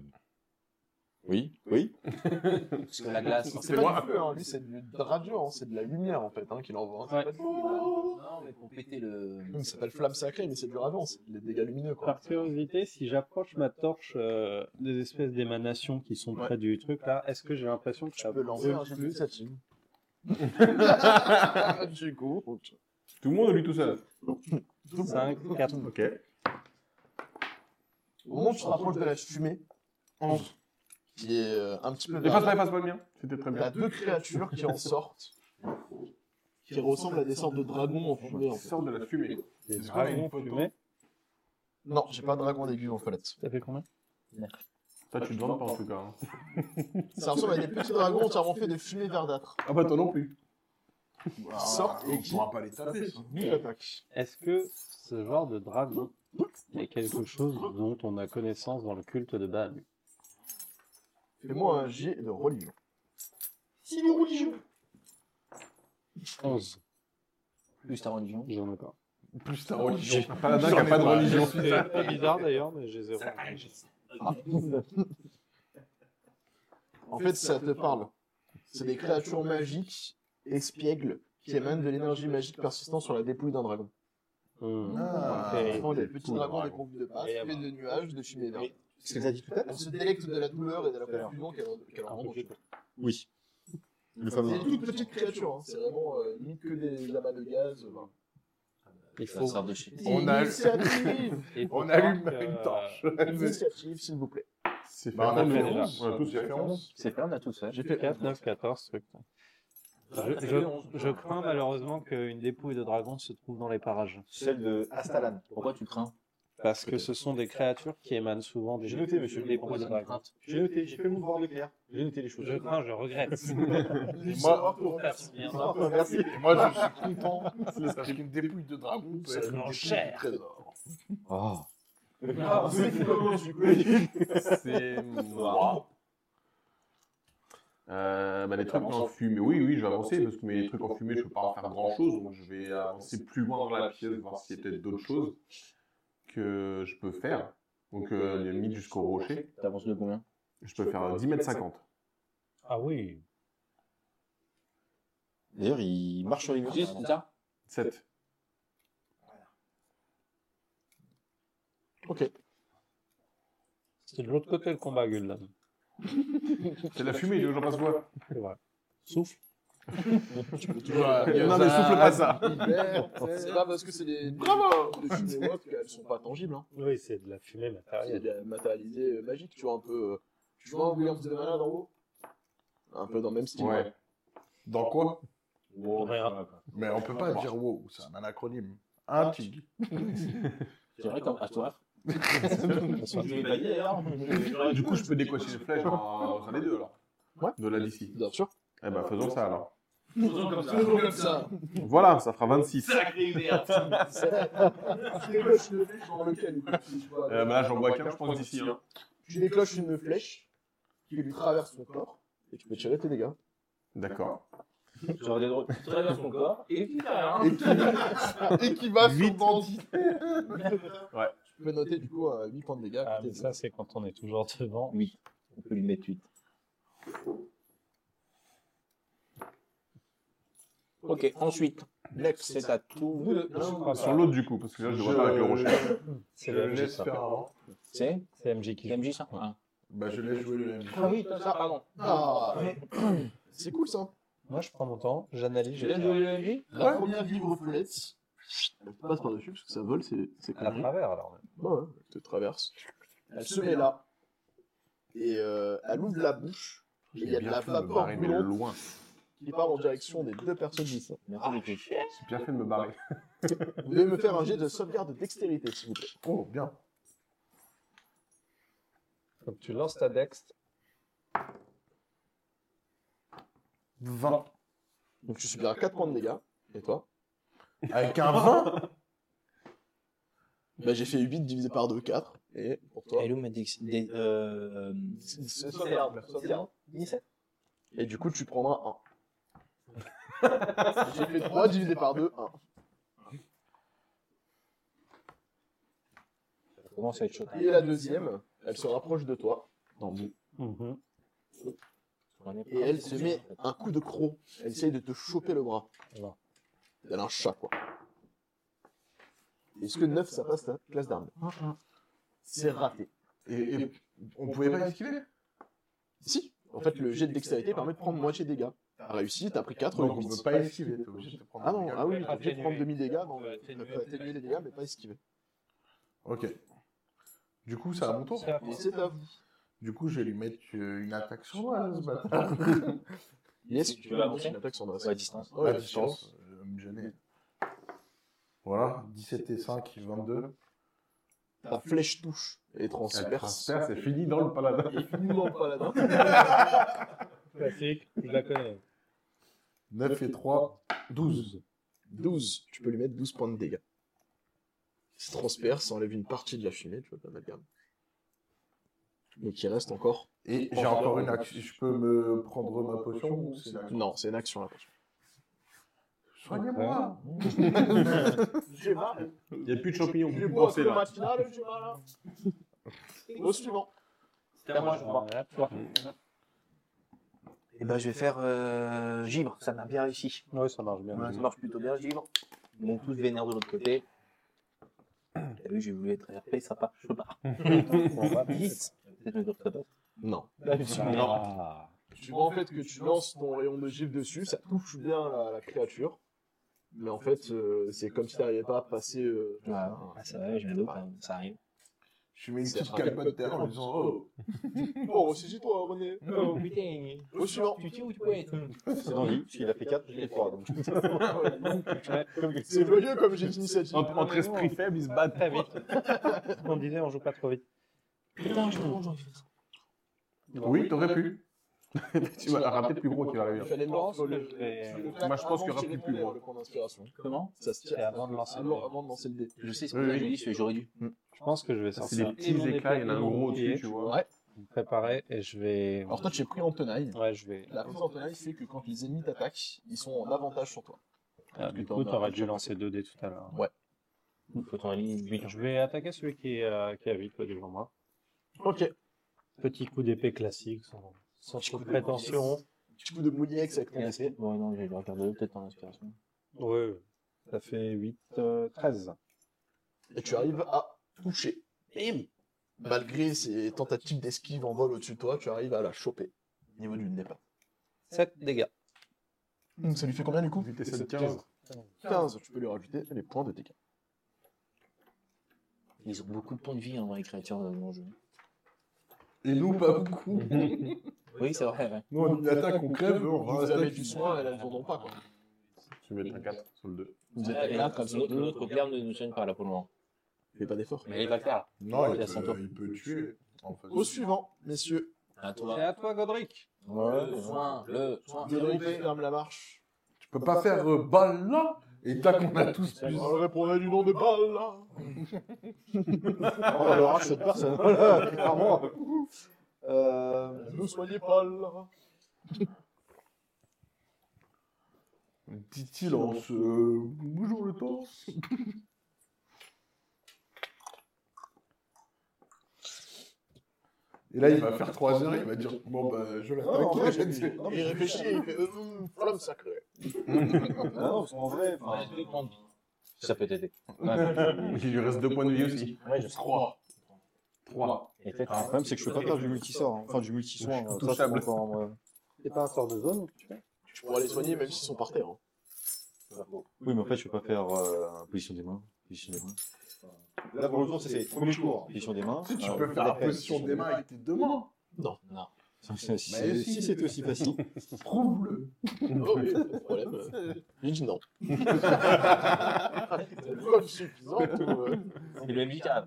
S2: Oui, oui.
S5: Parce que la glace.
S3: C'est
S4: moi.
S3: pas du feu, hein. Lui, c'est du- de la radio, hein. C'est de la lumière, en fait, hein, qu'il envoie. hein. C'est
S6: Ouais.
S3: pas du-
S5: Non, mais pour péter le.
S3: Ça s'appelle flamme sacrée, mais c'est du radio, c'est des dégâts lumineux, quoi.
S6: Par curiosité, si j'approche ma torche euh, des espèces d'émanations qui sont près du truc là, est-ce que j'ai l'impression que ça
S3: Tu peux lancer
S6: brûle
S3: un jet d'initiative.
S4: du coup. Tout le monde ou lui tout seul
S6: 5, 4.
S4: Ok.
S3: Au moment où tu te rapproches de la fumée, Ange, qui est euh, un petit peu
S4: Et passe pas,
S3: vers
S4: et passe pas le mien. C'était très
S3: il y a
S4: bien.
S3: deux créatures qui en sortent, qui ressemblent à des sortes de dragons en fumée. en fait.
S4: Sors de la fumée.
S6: Des
S4: Est-ce qu'on a une
S6: dragons
S4: photo
S6: fumés.
S3: Non, j'ai pas de dragon d'aigu en palette.
S6: Ça fait combien
S4: Ça, tu te vends pas en tout cas. hein.
S3: Ça ressemble à des petits dragons entièrement faits de fumée verdâtre.
S4: Ah bah, toi non plus.
S3: Qui sortent et qui
S1: pourra pas les taper.
S3: attaquent.
S6: Est-ce que ce genre de dragon est quelque chose dont on a connaissance dans le culte de Bahamut
S3: Fais-moi un jet de religion.
S5: Si le religieux
S6: 11.
S5: Plus ta religion.
S6: J'en ai pas.
S4: Plus ta religion. Un paladin qui a pas de religion.
S6: C'est un peu bizarre d'ailleurs, mais j'ai zéro.
S3: En fait, ça te parle. C'est des créatures magiques, espiègles, qui émanent de l'énergie magique persistant sur la dépouille d'un dragon.
S6: Hmm.
S3: Ah,
S6: Ok.
S3: Ce sont des petits dragons des
S4: dragon.
S3: groupes de passe,
S6: Et, euh,
S3: faits de nuages, de fumée verte.
S2: C'est ce que t'as dit tout à l'heure.
S3: Elle se délecte de la douleur et de la confusion qu'elle qu'elle en rend.
S2: Oui. Le
S3: C'est
S2: fameux.
S3: une toute petite créature, hein. c'est vraiment euh, ni que des amas de gaz. euh, voilà.
S6: Il
S5: Ça
S6: faut.
S5: sort de chez
S3: Oh.
S4: On a-
S3: Initiative
S6: il faut
S4: On
S6: croire
S4: allume
S6: que-
S4: une torche.
S3: Initiative, s'il vous plaît.
S4: C'est fait.
S6: Bah, on a
S4: un
S6: fait
S4: onze.
S6: déjà.
S4: On a tous fait onze.
S5: C'est fait, on a tout fait.
S6: J'ai fait 4, 9, 14, ce truc. Je, je- je crains malheureusement qu'une dépouille de dragon se trouve dans les parages.
S2: Celle de Astalan.
S5: Pourquoi tu crains
S6: Parce que ce sont des créatures qui émanent souvent des,
S2: J'ai noté, monsieur.
S6: des dépouilles
S5: Pourquoi
S6: de
S5: tu
S6: dragon.
S5: crains
S2: J'ai noté, j'ai fait le mouvoir de Claire. J'ai noté les
S6: Je crains, je regrette.
S4: Moi,
S6: Merci bien.
S2: merci.
S4: et moi, je suis content. Parce qu'une dépouille de dragon peut
S6: Ça
S4: être une dépouille
S6: mange cher.
S4: de trésor.
S2: Oh.
S6: Ah, c'est
S4: C'est. Euh, bah, les trucs en fumée, oui, oui, je vais avancer parce que mais les trucs en fumée, je peux pas en faire grand chose, donc je vais avancer plus loin dans la pièce, voir s'il y a peut-être d'autres choses que je peux faire. Donc, euh, les mythes jusqu'au rocher,
S5: T'avances de combien
S4: je peux faire 10 mètres 50.
S6: Ah oui.
S2: D'ailleurs, il marche sur les murs.
S5: Juste, c'est ça
S4: 7.
S6: C'est de l'autre côté le combat, Gul'dan.
S4: C'est la fumée, j'en passe quoi
S6: C'est vrai. Souffle.
S4: Euh, Non, mais souffle pas ça
S3: C'est pas parce que c'est des. Bravo Des fumées mortes qu'elles sont pas tangibles. Hein.
S6: Oui, c'est de la fumée
S3: C'est
S6: matérielle.
S3: de la matérialisée euh, magique, tu vois, un peu. euh, Tu vois un Williams de Malade en haut Un peu dans le même style.
S4: Ouais. Dans quoi
S6: Rien.
S1: Mais on peut pas dire wow, c'est un anacronyme.
S4: Ah,
S1: Un tigre.
S5: C'est vrai qu'en toi.
S4: Du coup, je peux décocher les flèches en les deux alors.
S3: Ouais.
S4: De là d'ici.
S3: Bien sûr.
S4: Eh ben, faisons ça alors.
S7: Faisons comme ça.
S3: Toujours comme ça.
S4: Voilà, ça fera 26.
S7: Sacré merde.
S3: Tu déclenches une flèche dans lequel tu vois,
S4: Euh, bah là, j'en vois qu'un, je pense, d'ici. hein.
S3: Tu déclenches une flèche qui lui traverse son corps et tu peux tirer tes dégâts.
S4: D'accord.
S7: Genre des drogues qui traversent mon corps et puis derrière.
S3: Et qui, Ah, et qui va sur bandit.
S4: Ouais.
S3: Tu peux noter du coup à 8 points de dégâts.
S6: Ah, mais ça, c'est quand on est toujours devant.
S5: Oui. On peut lui mettre 8. Ok, ensuite,
S3: Lex,
S7: C'est à tout.
S3: Vous deux.
S6: Non,
S4: Ah, sur l'autre, du coup, parce que là, je devrais pas avec le rocher.
S6: C'est le MJ, ça.
S1: avant.
S7: C'est
S9: C'est MJ qui joue.
S7: MJ ça Ah.
S1: Bah, je laisse jouer le MJ.
S7: Ah oui, ça, pardon.
S3: Ah, c'est cool ça.
S9: Moi, je prends mon temps, j'analyse.
S7: J'ai bien joué le MJ
S3: La première livre flèche, elle passe par-dessus parce que ça vole, c'est c'est
S9: À
S3: connerie.
S9: travers, alors.
S3: Ouais, ouais, elle te traverse. Elle se met là. Et euh, elle ouvre la bouche. Et il y a de la
S4: fait de me
S3: vapeur
S4: barrer, mais
S3: brûlante
S4: loin.
S3: qui part en direction des deux personnes d'ici.
S7: Merci beaucoup.
S4: J'ai bien fait de me barrer.
S3: Vous devez me faire un jet de sauvegarde de dextérité, s'il vous plaît.
S1: Oh, bien.
S9: Donc, tu lances ta dext.
S1: 20.
S3: Donc tu subiras 4 points de dégâts. Et toi
S1: Avec un 20
S3: Bah j'ai fait 8 divisé par 2, 4. Et pour toi
S5: Hello, ma dex- des- euh,
S3: C'est sauvegarde, sauvegarde. Et du coup, tu prendras 1. j'ai fait 3 divisé par 2, 1.
S7: Ça commence à être chaud.
S3: Et la deuxième, elle se rapproche de toi.
S6: Mhm.
S3: Et elle se met un coup de croc. Elle essaye de te choper le bras.
S9: Voilà.
S3: Elle a un chat, quoi. Est-ce que 9, ça passe ta classe d'armes Mm, C'est raté.
S1: et, et on pouvait pas esquiver
S3: Si En fait, le jet de dextérité permet de prendre moitié de dégâts. T'as réussi, t'as pris 4,
S1: Donc on peut pas esquiver, t'es obligé de prendre
S3: Ah
S1: des
S3: non,
S1: dégâts.
S3: ah oui, t'es obligé de
S9: Atténuer.
S3: prendre demi-dégâts, non.
S9: On peut
S3: Tu
S9: atténuer.
S3: peux atténuer les dégâts, mais pas esquiver.
S1: Ok. Du coup, c'est à mon tour.
S9: C'est à
S3: Et
S9: toi.
S3: c'est à vous.
S1: Du coup, je vais lui mettre euh, une attaque sur moi, là, ce bâtard.
S3: Yes,
S7: Tu veux avancer
S3: une attaque sur
S7: Ouais, à distance.
S1: à distance, je vais me gêner. Voilà, 17 et 5, 22.
S3: Ta flèche touche et
S4: Elle
S3: transperce.
S4: transperce, c'est fini dans le paladin.
S3: Et infiniment pas la dent.
S9: Classique, je la connais.
S1: 9 et 3, 12.
S3: 12, tu peux lui mettre 12 points de dégâts. Si transperce, ça enlève une partie de la fumée, tu vois, de l'amalgame. Mais qui reste encore.
S1: Et j'ai encore une action. Je peux me prendre ma potion ou c'est une action
S3: Non, c'est une action là.
S1: Soignez-moi
S3: J'ai marre,
S4: Il n'y a plus de champignons.
S3: j'ai
S4: Plus
S3: beau
S4: penser
S3: appeler le
S4: là.
S3: matinal, j'ai marre là. Au suivant.
S6: C'est à moi, je vois. Hop, toi.
S5: Eh
S7: bah,
S5: ben, je vais faire euh, Givre, ça m'a bien réussi.
S6: Ouais, ça marche bien.
S5: Voilà, ça marche plutôt bien, Givre. Ils m'ont tous vénère de l'autre côté. T'as vu, j'ai voulu être RP, ça part, je peux pas. On va vite. Peut-être me dire que ça passe.
S3: Non.
S1: Bah,
S6: Ah.
S3: Suivant en fait que tu lances ton rayon de gifle dessus, ça touche bien la, la créature. Mais en fait, euh, c'est comme si t'arrivais pas à passer. euh,
S5: Ah, ça va, j'ai un dos quand
S7: hein,
S5: même, ça arrive.
S1: Je mets une
S3: C'est hein.
S1: petite
S3: un
S1: capote derrière en disant Oh
S3: Oh, c'est toi, René.
S7: Oh putain.
S3: Au suivant.
S7: Tu tiens où tu peux être
S2: C'est dans lui, parce qu'il a fait 4, j'ai fait 3. Donc,
S3: C'est joyeux comme j'ai d'initiative.
S4: En- Entre esprits faibles, ils se battent.
S9: Ah, Très vite. On disait, on joue pas trop vite.
S7: Putain, je comprends, j'aurais fait ça.
S4: Oui, t'aurais pu. tu vas la rater plus gros qu'il
S3: Il
S4: arrive.
S3: fallait le lancer.
S9: Je vais-
S4: Moi, je pense qu'il y aura plus plus, moi.
S3: Le point d'inspiration.
S7: Comment
S3: Ça se tire
S9: C'est avant de lancer le
S3: Avant,
S9: dé.
S3: avant de lancer le dé.
S7: Je sais, c'est
S4: Oui,
S7: pour ça
S4: oui.
S7: que je dis que j'aurais dû.
S9: Je pense que je vais
S4: Ça,
S9: sortir.
S4: C'est des
S9: et
S4: petits
S9: mon
S4: éclats,
S9: épée
S4: il y en a
S9: et
S4: un
S9: mon
S4: gros
S9: bouclier,
S4: au-dessus, tu vois.
S3: Ouais.
S9: me Préparer et je vais.
S3: Alors toi, tu es pris en tenaille.
S9: Ouais, je vais.
S3: La prise en tenaille fait que quand les ennemis t'attaquent, ils sont en avantage sur toi.
S6: Ah, du
S3: Putain,
S6: coup,
S3: bah,
S6: t'aurais dû lancer 2D tout à l'heure.
S7: Faut t'en aller vite.
S6: Je vais attaquer celui qui est, euh, qui est à 8 devant moi.
S3: Ok.
S6: Petit coup d'épée classique, sans, sans trop de prétention.
S3: Petit coup de moulinex avec
S7: Et
S3: ton
S7: assez Ouais, non, je vais regarder peut-être en inspiration.
S6: Ouais, ça fait 8, euh, 13.
S3: Et tu arrives à toucher.
S5: Bim
S3: Malgré ces tentatives d'esquive en vol au-dessus de toi, tu arrives à la choper. Au niveau du nez pas.
S9: 7 dégâts.
S3: Hum, Ça lui fait combien du coup
S4: 8 et 7, 15.
S3: 15. Tu peux lui rajouter les points de dégâts.
S7: Ils ont beaucoup de points de vie, hein, dans les créatures dans mon jeu.
S1: Et nous, pas beaucoup.
S7: Oui, c'est vrai, ouais.
S1: Nous, on attaque, on crève, on va
S3: Vous avez
S1: attaquer.
S3: du soin, elles n'en ont pas quoi.
S4: Tu mets un 4 sur le 2.
S3: Vous
S7: Ah,
S3: êtes
S7: et
S3: là
S7: là,
S3: comme
S7: comme
S3: ça.
S7: notre, notre perle ne nous soigne pas, là, pour le moment.
S3: Fais pas d'effort.
S7: Mais il va le faire, là.
S1: Non, il
S7: Il a son tour.
S1: peut, il peut tuer. En fait.
S3: Au suivant, messieurs. Euh,
S7: À
S9: C'est
S7: toi.
S9: à toi, Godric.
S7: Le soin, le soin.
S3: Godric ferme la marche.
S1: Tu peux pas faire euh, balle là et tac, on a tous plus.
S3: On répondrait du nom de balle là.
S2: on va le racheter cette personne. Voilà, clairement. Euh,
S3: Ne soignez pas là.
S1: Dit-il en se. Bonjour le temps. Et là, il va faire 3 heures, il va dire Bon, bah, je
S2: Non, en vrai, j'ai-
S1: l'attaque.
S2: non, mais
S3: Il
S2: j'ai-
S3: réfléchit et il fait euh, hum, flamme sacrée.
S2: Ah non, parce qu'en vrai, enfin,
S7: deux grandes vies. Ça peut t'aider.
S4: Il lui reste deux points de vie aussi.
S7: Ouais, je crois.
S4: Trois.
S7: Et peut-être
S2: le problème, c'est que je peux pas faire du multisort, hein. enfin du multisort.
S4: touchable.
S6: C'est pas un sort de zone tu fais
S3: Tu pourras les soigner même s'ils sont par terre. hein.
S2: Oui, mais en fait, je peux pas faire euh, position des mains. Position des mains. Là, pour le tour, c'est- c'est premier tour. Position des mains.
S1: Tu
S2: Euh,
S4: Ah,
S1: peux faire la
S2: après,
S1: position des mains avec tes deux mains.
S3: Non.
S2: Si, si-
S1: Mais
S2: si c'était aussi facile.
S1: Prouve-le.
S3: Oh oui, pas de problème. euh. J'ai dit non. Preuve suffisante ou, euh,
S7: C'est le handicap.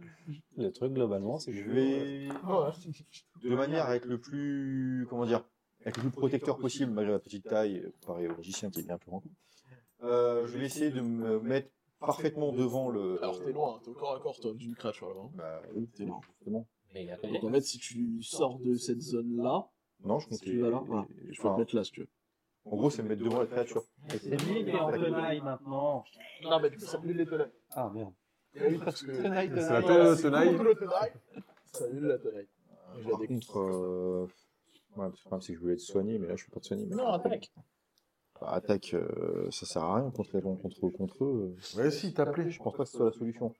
S6: Le truc, globalement, c'est que
S2: Je vais
S3: ouais.
S2: de manière à être le plus comment dire avec le plus protecteur possible malgré la petite taille euh, comparé au magicien qui est bien plus grand. Euh, je vais essayer de me mettre parfaitement devant le.
S3: Alors t'es loin, hein, t'es au corps à corps toi d'une créature là-bas. hein.
S2: Bah, oui,
S3: T'es loin.
S2: justement.
S7: Mais il y a
S3: Donc en fait si tu sors de cette zone là,
S2: Non, je compte.
S3: si tu vas là, voilà. je peux
S2: Ah.
S3: te mettre là si tu veux.
S2: En gros, c'est me mettre devant la créature.
S6: C'est lui qui est en tenaille maintenant.
S3: Non mais du coup ça annule les tenailles.
S6: Ah merde.
S3: Eh Oui parce que Ah,
S6: Tenaille,
S4: C'est la
S6: tenaille.
S4: taille de ce live.
S3: le tenaille, ça annule la tenaille. Je la
S2: Par contre, euh... ouais, le problème c'est que je voulais être soigné, mais là je peux pas te soigner. mais-
S7: Non, attaque.
S2: Bah, attaque, euh, ça sert à rien contre les gens, contre, contre eux. euh,
S1: Ouais, si, t'appelais.
S2: Je pense pas que ce soit la solution.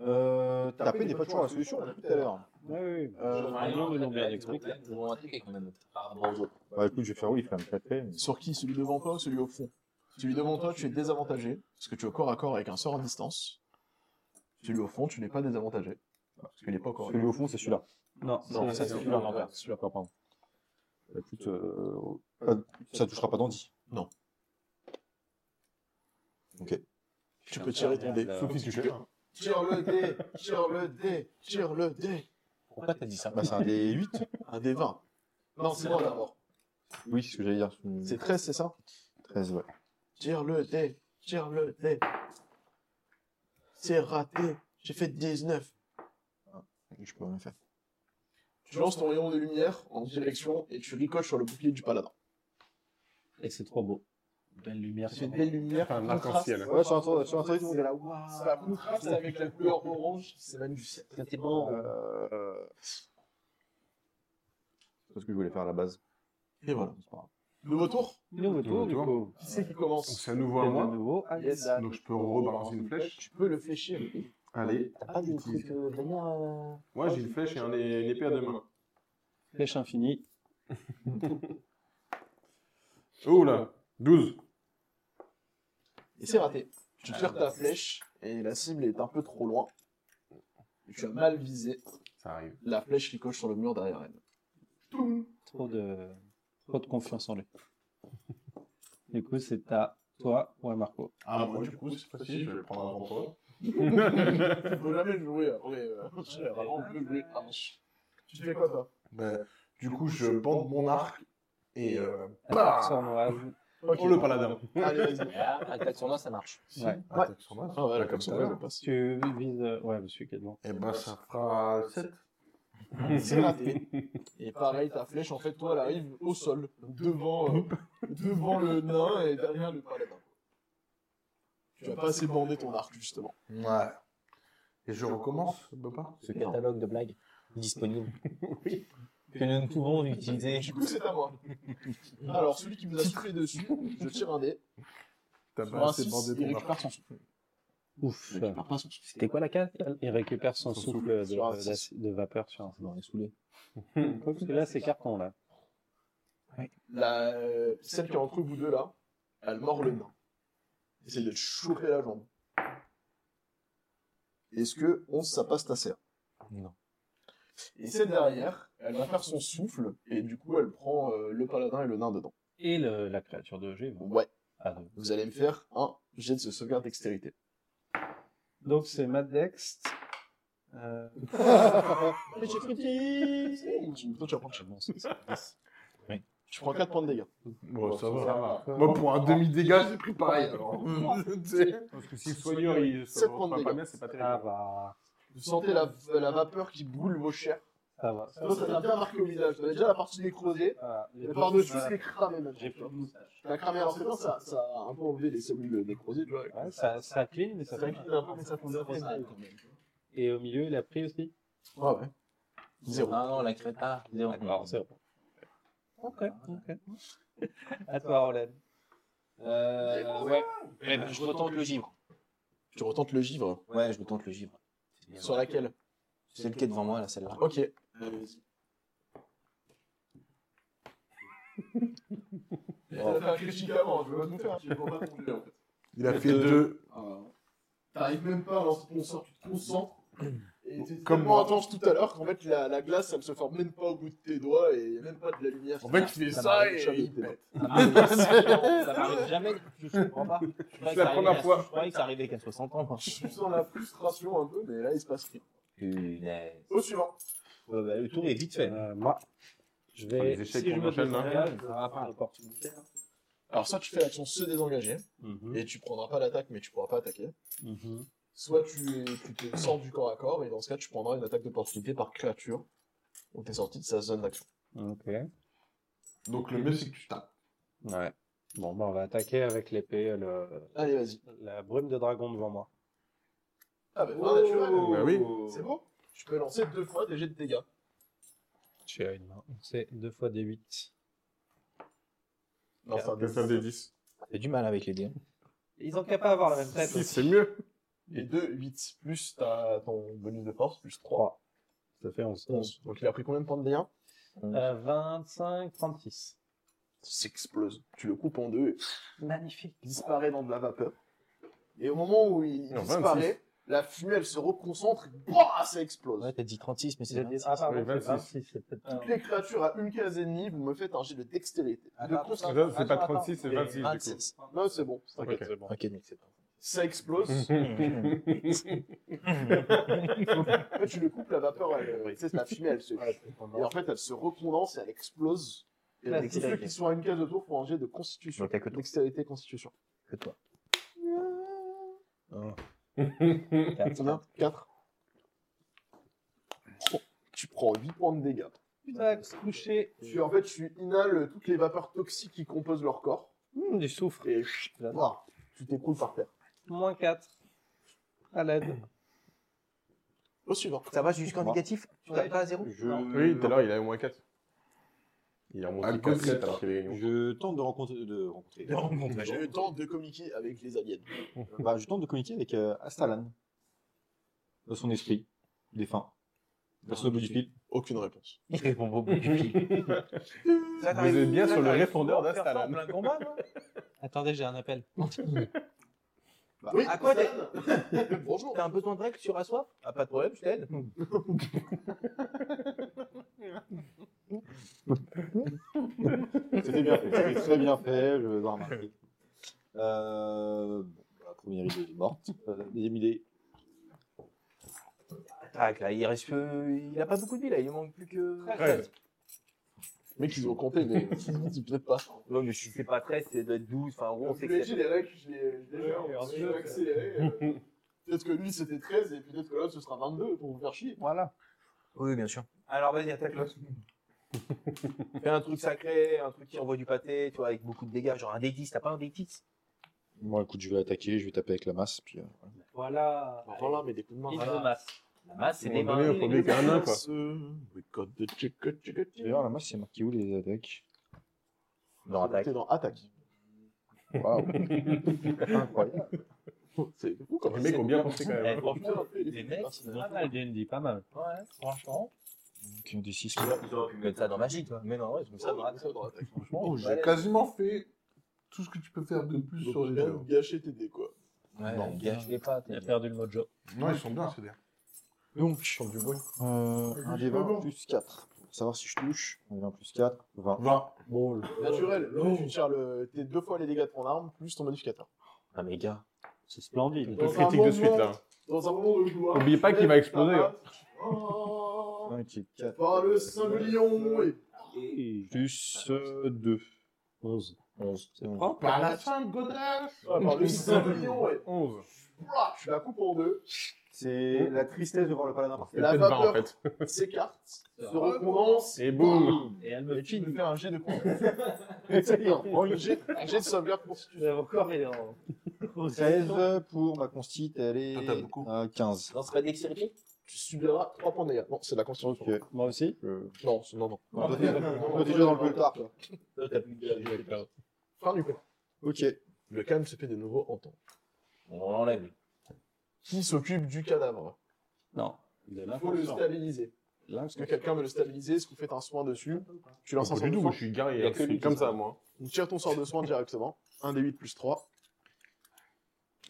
S2: Euh, taper n'est pas toujours la solution, Bah, on l'a dit tout à l'heure.
S6: Oui, oui.
S2: Euh,
S6: Vraiment, ils l'ont bien expliqué.
S7: Nous un truc avec mon anneau. Par rapport aux autres.
S2: Bah écoute, je vais faire oui, flamme sacrée. mais-
S3: Sur qui Celui devant toi ou celui au fond Celui devant toi, tu es désavantagé, parce que tu es au corps à corps avec un sort à distance. Celui au fond, tu n'es pas désavantagé. Parce qu'il n'est pas au corps à
S2: Celui au fond, c'est celui-là.
S6: Non,
S3: Non, ça
S6: c'est-
S3: c'est
S6: c'est-
S3: celui-là, l'envers. Celui-là, pas, pardon.
S2: Bah, écoute, euh, pas- ça touchera pas Dandy.
S3: Tu peux tirer ton dé.
S6: Faut
S3: tu Tire le dé Tire le dé Tire le dé
S7: Pourquoi t'as dit ça
S2: Bah c'est un des 8.
S3: Un dé 20. Non, c'est moi d'abord.
S2: Oui, c'est ce que j'allais dire.
S3: C'est 13, c'est ça
S2: 13, ouais.
S3: Tire le dé Tire le dé C'est raté J'ai fait 19
S2: Je peux rien faire.
S3: Tu lances ton rayon de lumière en direction et tu ricoches sur le bouclier du paladin.
S6: Et c'est trop beau. Belle lumière.
S3: C'est une belle lumière.
S4: Un arc-en-ciel.
S2: Ouais, sur un tour, sur un tour, ils vont-
S3: Ça contraste avec la couleur orange, c'est magnifique.
S6: C'était bon.
S2: Euh, euh, C'est ce que je voulais faire à la base.
S3: Et voilà. Nouveau tour
S6: Nouveau tour, du
S4: Nouveau
S6: coup.
S3: Qui c'est qui
S4: Donc
S3: commence
S4: c'est à nouveau à
S6: C'est de
S4: moi.
S6: nouveau. Ah,
S3: Yes.
S4: Donc je peux rebalancer une flèche.
S3: Tu peux le fléchir.
S4: Allez.
S3: T'as
S7: Ah,
S3: pas
S4: de truc,
S7: euh,
S4: Moi j'ai une flèche et un- une épée à deux mains.
S6: Flèche infinie.
S4: Oh là 12.
S3: Et c'est raté. Tu tires ta flèche et la cible est un peu trop loin. Tu as mal visé.
S4: Ça arrive.
S3: La flèche ricoche sur le mur derrière elle.
S6: Trop de... Trop de confiance en lui. Du coup, c'est à toi ou à Marco.
S1: Ah, moi, du coup, c'est facile, je vais le prendre avant toi.
S3: Tu peux jamais jouer après. euh, tu l'as vraiment peu joué. Ah, ch- Tu fais quoi toi
S1: Bah, du coup, je bande mon arc et. euh,
S6: Attaque
S1: bah
S6: sournoise.
S3: Ok.
S4: Oh le paladin.
S3: Allez, vas-y.
S7: Ah, Attaque sur moi, ça marche.
S1: Si,
S6: Ouais.
S1: attaque sur moi.
S3: Ah ouais,
S1: Là,
S3: la
S1: comme ça.
S3: elle passe.
S6: Tu vises... euh, Ouais, monsieur qui est devant.
S1: Et bah, ça fera 7.
S3: C'est raté. Et pareil, ta flèche, en fait, toi, elle arrive au sol, devant, euh, devant le nain et derrière le paladin. Tu as pas assez bandé ton arc, justement.
S1: Ouais. Et je recommence, Boba
S7: Ce catalogue de blagues disponible. Que nous ne pouvons utiliser.
S3: Du coup, c'est à moi. Alors, celui qui vous a soufflé dessus, je tire un dé.
S1: T'as
S3: Sur un 6, il
S1: arc.
S3: récupère son souffle.
S6: Ouf.
S3: Il récupère pas son souffle.
S6: C'était quoi la case Il récupère son,
S4: Son
S6: souffle,
S4: souffle
S6: de,
S3: sur un
S6: de-
S3: six.
S6: de vapeur sur un
S7: Je m'en ai saoulé.
S6: Parce que là, c'est carton, là.
S3: La, euh, celle qui est entre vous deux, là, elle mord le nain. Essaye de te choper la jambe. Est-ce que 11, ça passe ta serre
S7: Non.
S3: Et celle derrière, elle va faire son souffle, et du coup, elle prend euh, le paladin et le nain dedans.
S6: Et le- la créature de G. bon.
S3: Ouais,
S6: Ah, non.
S3: vous allez me faire un jet de ce sauvegarde dextérité.
S6: Donc, c'est Mad Dex. Euh,
S3: Mais j'ai critique Toi, tu vas prendre
S6: bon, c'est ça.
S3: Tu prends 4 points de dégâts.
S1: Bon, ça va. Moi, pour un demi-dégât, j'ai pris pareil. Alors. Tu sais.
S4: Parce que si le soigneur il
S3: Sept
S4: se
S3: points de
S4: voit pas
S3: dégâts.
S4: bien, c'est pas
S6: Ah,
S4: terrible.
S6: bah,
S3: Vous sentez la, la vapeur qui brûle vos chairs.
S6: ça va.
S3: Moi, ça t'a bien marqué au visage. T'avais déjà la partie nécrosée,
S6: Ah,
S3: mais par-dessus,
S6: voilà.
S3: c'est cramé même.
S6: J'ai plus de moustache.
S3: La cramé, alors c'est bien, ça, ça a un peu enlevé les cellules nécrosées, tu vois.
S6: Ouais, ça, ça clean, mais ça
S3: Ça
S6: fait
S3: incline un peu, mais ça fait bien.
S6: Et au milieu, il a pris aussi
S3: Ouais, ouais. Zéro.
S7: Ah non, la crête. Ah, zéro.
S9: D'accord, c'est bon. Ok, ok. À toi, Roland.
S7: Euh, ouais. Eh ben, je retente le givre.
S3: Tu retentes le givre.
S7: Ouais, je retente le givre. C'est bien.
S3: Sur laquelle
S7: Celle qui est devant moi, là, celle-là.
S3: Ok.
S7: Oh.
S3: fait un critique avant, je veux tout faire.
S1: Il a
S7: Le
S1: fait
S7: deux.
S1: deux.
S3: Ah. T'arrives même pas à lancer ton sort, tu te concentres. Et t'es
S1: Comme
S3: tellement
S1: moi.
S3: intense tout à l'heure qu'en fait la, la glace ça ne se forme même pas au bout de tes doigts et y a même pas de la lumière. Ah,
S1: En fait, il fait ça et il pète.
S7: Ça m'arrive jamais, je comprends pas. Je croyais que
S1: la
S7: ça
S1: première
S7: arrivait à-
S1: fois.
S7: Je croyais que ça arrivait qu'à 60 ans. moi.
S3: Tu sens la frustration un peu, mais là il se passe rien.
S7: Punaise.
S3: Au suivant.
S7: Ouais, bah, le tour est vite fait.
S6: Euh, moi, je
S4: Ah,
S6: vais.
S4: les échecs
S6: si je
S4: qu'on
S6: me
S4: enchaîne, hein.
S6: désengage, je vais avoir l'opportunité.
S3: Alors soit tu fais l'action se désengager
S6: Mhm,
S3: et tu prendras pas l'attaque mais tu pourras pas attaquer.
S6: mhm.
S3: Soit tu, tu te sors du corps à corps et dans ce cas tu prendras une attaque d'opportunité par créature. Donc t'es sorti de sa zone d'action.
S6: Ok.
S1: Donc le mieux, c'est que tu tapes.
S6: Ouais. Bon, bah, on va attaquer avec l'épée, le...
S3: Allez vas-y.
S6: la brume de dragon devant moi.
S3: Ah bah pas naturel.
S2: Oh.
S1: Bah oui.
S3: euh, C'est bon. Tu peux lancer deux fois tes jets de dégâts.
S6: J'ai une main. C'est 2 fois des 8.
S3: Non, c'est un
S4: Quelqu'un des 10.
S7: J'ai du mal avec les dés.
S9: Ils ont qu'à pas avoir la même tête.
S4: Si, c'est mieux.
S3: Et 2, 8, plus ta, ton bonus de force, plus 3,
S6: Ça fait 11.
S3: 11. Donc il a pris combien de points de dégâts
S9: Euh, 25, 36.
S3: S'explose. Tu le coupes en deux et
S9: Magnifique.
S3: il disparaît dans de la vapeur. Et au moment où il
S4: Non,
S3: disparaît, la fumée elle se reconcentre et bah, ça explose.
S7: Ouais, t'as dit 36, mais c'est
S9: J'ai dit- Ah, pardon,
S4: Oui,
S9: c'est
S4: 26.
S9: 26. C'est peut-être pas.
S3: Toutes les créatures à une case et demie, vous me faites un jet de dextérité. de
S9: Attends,
S3: concentration.
S4: Là, c'est pas
S9: attends,
S4: 36, c'est 26 du coup.
S3: 26. Non, c'est bon. c'est t'inquiète.
S4: Ok.
S6: C'est bon.
S7: Ok, donc c'est pas.
S3: Ça explose. En fait, tu le coupes, la vapeur, elle, euh, tu sais, la fumée elle se. Et en fait, elle se recondense et elle explose. Et
S9: La
S3: donc, tous ceux
S9: dextérité.
S3: qui sont à une case de tour font un jet de constitution.
S7: Donc, t'as que toi.
S3: Dextérité, constitution.
S7: Que toi.
S3: 4. Tu prends 8 points de dégâts.
S9: Putain, couché.
S3: Tu, en fait, tu inhales toutes les vapeurs toxiques qui composent leur corps.
S9: Hum, du soufre.
S3: Et chut, ouah, tu t'écroules par terre.
S9: Moins 4. À l'aide.
S3: Au suivant.
S7: Ça va jusqu'en négatif Tu
S9: Ouais.
S7: t'as pas à zéro
S4: Oui, tout à l'heure, il avait moins 4. Il a
S1: Ah,
S4: remonté 4
S1: comme ça.
S4: alors qu'il avait gagné.
S2: Je tente de rencontrer. De rencontrer.
S3: Bah, J'ai eu le temps de communiquer avec les aliens.
S2: Bah, je tente de communiquer avec euh, Astalan. De son esprit. Défunt. Personne au bout du fil.
S3: Aucune réponse.
S7: Il répond pas au bout du fil.
S4: Vous êtes bien sur le répondeur d'Astalan.
S9: Attendez, j'ai un appel.
S3: oui,
S7: à quoi
S3: Stan Bonjour.
S7: T'as un besoin de règle sur Assoif Ah, pas de problème, je t'aide.
S2: C'était bien fait. C'était très bien fait, je dois remarquer. Euh, bon, la première idée est morte. Euh, La deuxième idée.
S7: Tac, là, il reste Ah, que. Il a pas beaucoup de vie, là, il lui manque plus que.
S4: 13.
S3: Mec, ils ont compté, mais ils ne pas.
S7: Non, mais si c'est pas 13, c'est doit être 12. Enfin, en gros, on sait que c'est.
S3: les règles, je l'ai déjà je l'ai accéléré. euh, Peut-être que lui c'était 13 et peut-être que l'autre ce sera 22 pour vous faire chier.
S7: Oui, bien sûr. Alors, vas-y, attaque-le. Fais un truc sacré, un truc qui envoie du pâté, tu vois, avec beaucoup de dégâts. Genre un D10, t'as pas un D10
S2: Bon, écoute, je vais attaquer, je vais taper avec la masse. Puis, euh, voilà.
S9: Voilà.
S3: Bah, Voilà, mais des coups de main.
S9: Il
S3: voilà.
S9: me masse.
S7: La masse, c'est des
S4: On va donner au
S7: mains.
S4: premier qui a un nain, quoi.
S3: We got the chicka chicka chicka.
S2: D'ailleurs, la masse, c'est marqué où les attaques
S7: Dans attaque.
S3: T'es dans attaque.
S2: Waouh Incroyable
S3: C'est fou
S4: Les mecs ont bien pensé quand
S7: Eh,
S4: même.
S7: franchement, les mecs, ils ont-
S9: Pas mal, D&D, pas mal.
S7: Ouais, franchement.
S2: Donc, des 6
S7: Ils auraient pu mettre ça dans magie, toi. Mais non, ouais, ils ont mis ça dans attaque.
S1: Oh, J'ai quasiment fait tout ce que tu peux faire de plus sur les deux.
S3: gâcher tes dés quoi.
S7: Ouais, non, gâche les pattes.
S6: Il a perdu le mojo.
S1: Non, ils sont bien, c'est bien.
S2: Donc, euh, un des 20 plus 4. Pour savoir si je touche, un des 20 plus 4, 20.
S1: 20.
S4: Euh,
S3: Naturel, tu tires le... t'es deux fois les dégâts de ton arme plus ton modificateur.
S7: Ah, mais gars.
S6: C'est splendide.
S4: On peut critique de suite là.
S3: Dans un moment de gloire.
S4: Oubliez pas qu'il va exploser, hein.
S3: Oh,
S2: 1 qui est 4.
S3: par le Saint-Lion et
S2: Plus euh, 2.
S6: 11.
S2: 11. C'est bon.
S9: Prends.
S1: Par la fin, Godash
S3: Ah, par le Saint-Lion Ah, et
S4: 11.
S3: Ouah, tu la coupes en deux.
S2: C'est la tristesse de voir le paladin partir.
S3: La
S4: Peut-être pas en
S3: vapeur
S4: fait.
S3: s'écarte, se recondense.
S4: Et boum
S9: Et elle
S3: Et
S9: me
S3: puis, il
S9: file.
S3: me fait un jet de constitution. un jet un jet de sauvegarde constitution.
S9: Le corps est en.
S2: 13 pour ma constite, elle est
S1: Ah, t'as beaucoup.
S2: à 15.
S7: Non, c'est pas dextérité
S3: Tu subiras 3 points de dégâts. Non, c'est de la constitution.
S2: Ok.
S6: Moi aussi.
S2: Euh,
S3: Non, c'est- non, non.
S2: On est déjà- on est déjà dans le peltard, toi.
S7: Toi, t'as plus de
S3: Fin du coup.
S2: Ok.
S3: Le calme se fait de nouveau entendre.
S7: On l'enlève.
S3: Qui s'occupe du cadavre
S6: Non. De
S3: Il faut le stabiliser. Est-ce que quelqu'un veut le stabiliser Est-ce que vous faites un soin dessus Tu lances un
S4: Pas
S3: sort
S4: du
S3: de
S4: tout,
S3: soin.
S4: moi, je suis garé.
S7: Il y a que
S4: c'est
S7: lui qui
S4: comme
S7: sort.
S4: ça, moi.
S3: Donc, tire ton sort de soin directement. 1 des 8 plus 3.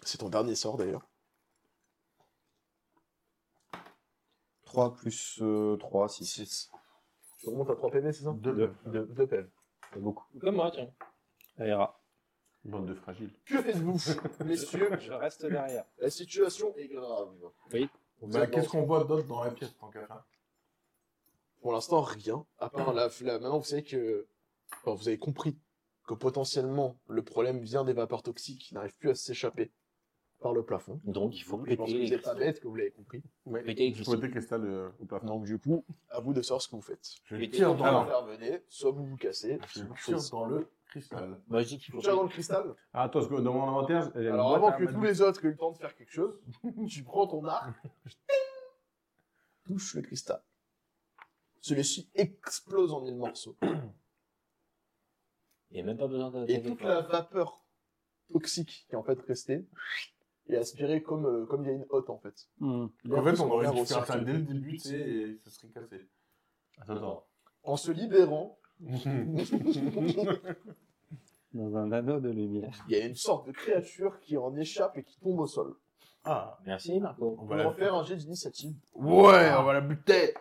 S3: C'est ton dernier sort d'ailleurs.
S2: 3 plus 3, 6.
S3: Tu remontes à 3 PV, c'est ça 2 PV.
S9: Comme moi, tiens.
S6: Ça ira.
S4: Bande de fragiles.
S3: Que faites-vous, messieurs
S6: Je reste derrière.
S3: La situation est grave.
S9: Oui.
S3: Vous
S1: Bah,
S3: êtes dans-
S1: Qu'est-ce qu'on voit d'autre dans la pièce, tant qu'à faire
S3: Pour l'instant, rien. À part la, la- Maintenant, vous savez que. enfin, vous avez compris que potentiellement, le problème vient des vapeurs toxiques qui n'arrivent plus à s'échapper par le plafond.
S7: Donc, il faut
S3: Je pense que vous
S7: péter
S3: n'êtes pas bête, que vous l'avez compris.
S7: péter les
S4: Je
S7: cristaux.
S4: mettais cristal euh, au plafond.
S3: Donc, du coup, à vous de savoir ce que vous faites.
S1: Je
S7: Mais
S1: tire
S7: t'es-
S1: dans
S3: Soit
S1: le...
S3: vous intervenez, soit vous vous cassez.
S1: Je
S3: soit vous
S1: tire
S3: faites-
S1: dans le cristal.
S7: Moi, je dis qu'il
S3: Tu
S7: faut
S3: tires dans le cristal.
S4: Ah, attends, parce que dans mon inventaire, elle a une
S3: Alors,
S4: boîte
S3: avant
S1: hein,
S4: à
S3: que
S4: main-
S3: tous les autres aient eu le temps de faire quelque chose, tu prends ton arc, touche le cristal. Celui-ci explose en mille morceaux.
S7: Il n'y a même pas besoin
S3: Et
S7: d'attaquer.
S3: toute la vapeur toxique qui est en fait restée est aspirée comme, euh, comme il y a une hotte en fait.
S6: Hmm.
S1: En fait, on
S3: va
S1: aurait dû faire ça dès le début, tu sais, et ça serait cassé. Attends, attends.
S3: En se libérant,
S6: Dans un anneau de lumière.
S3: il y a une sorte de créature qui en échappe et qui tombe au sol.
S1: Ah,
S7: Merci, Marco.
S1: on
S3: On
S1: va
S3: va
S1: la...
S3: refaire un jet d'initiative.
S1: Ouais, on va la buter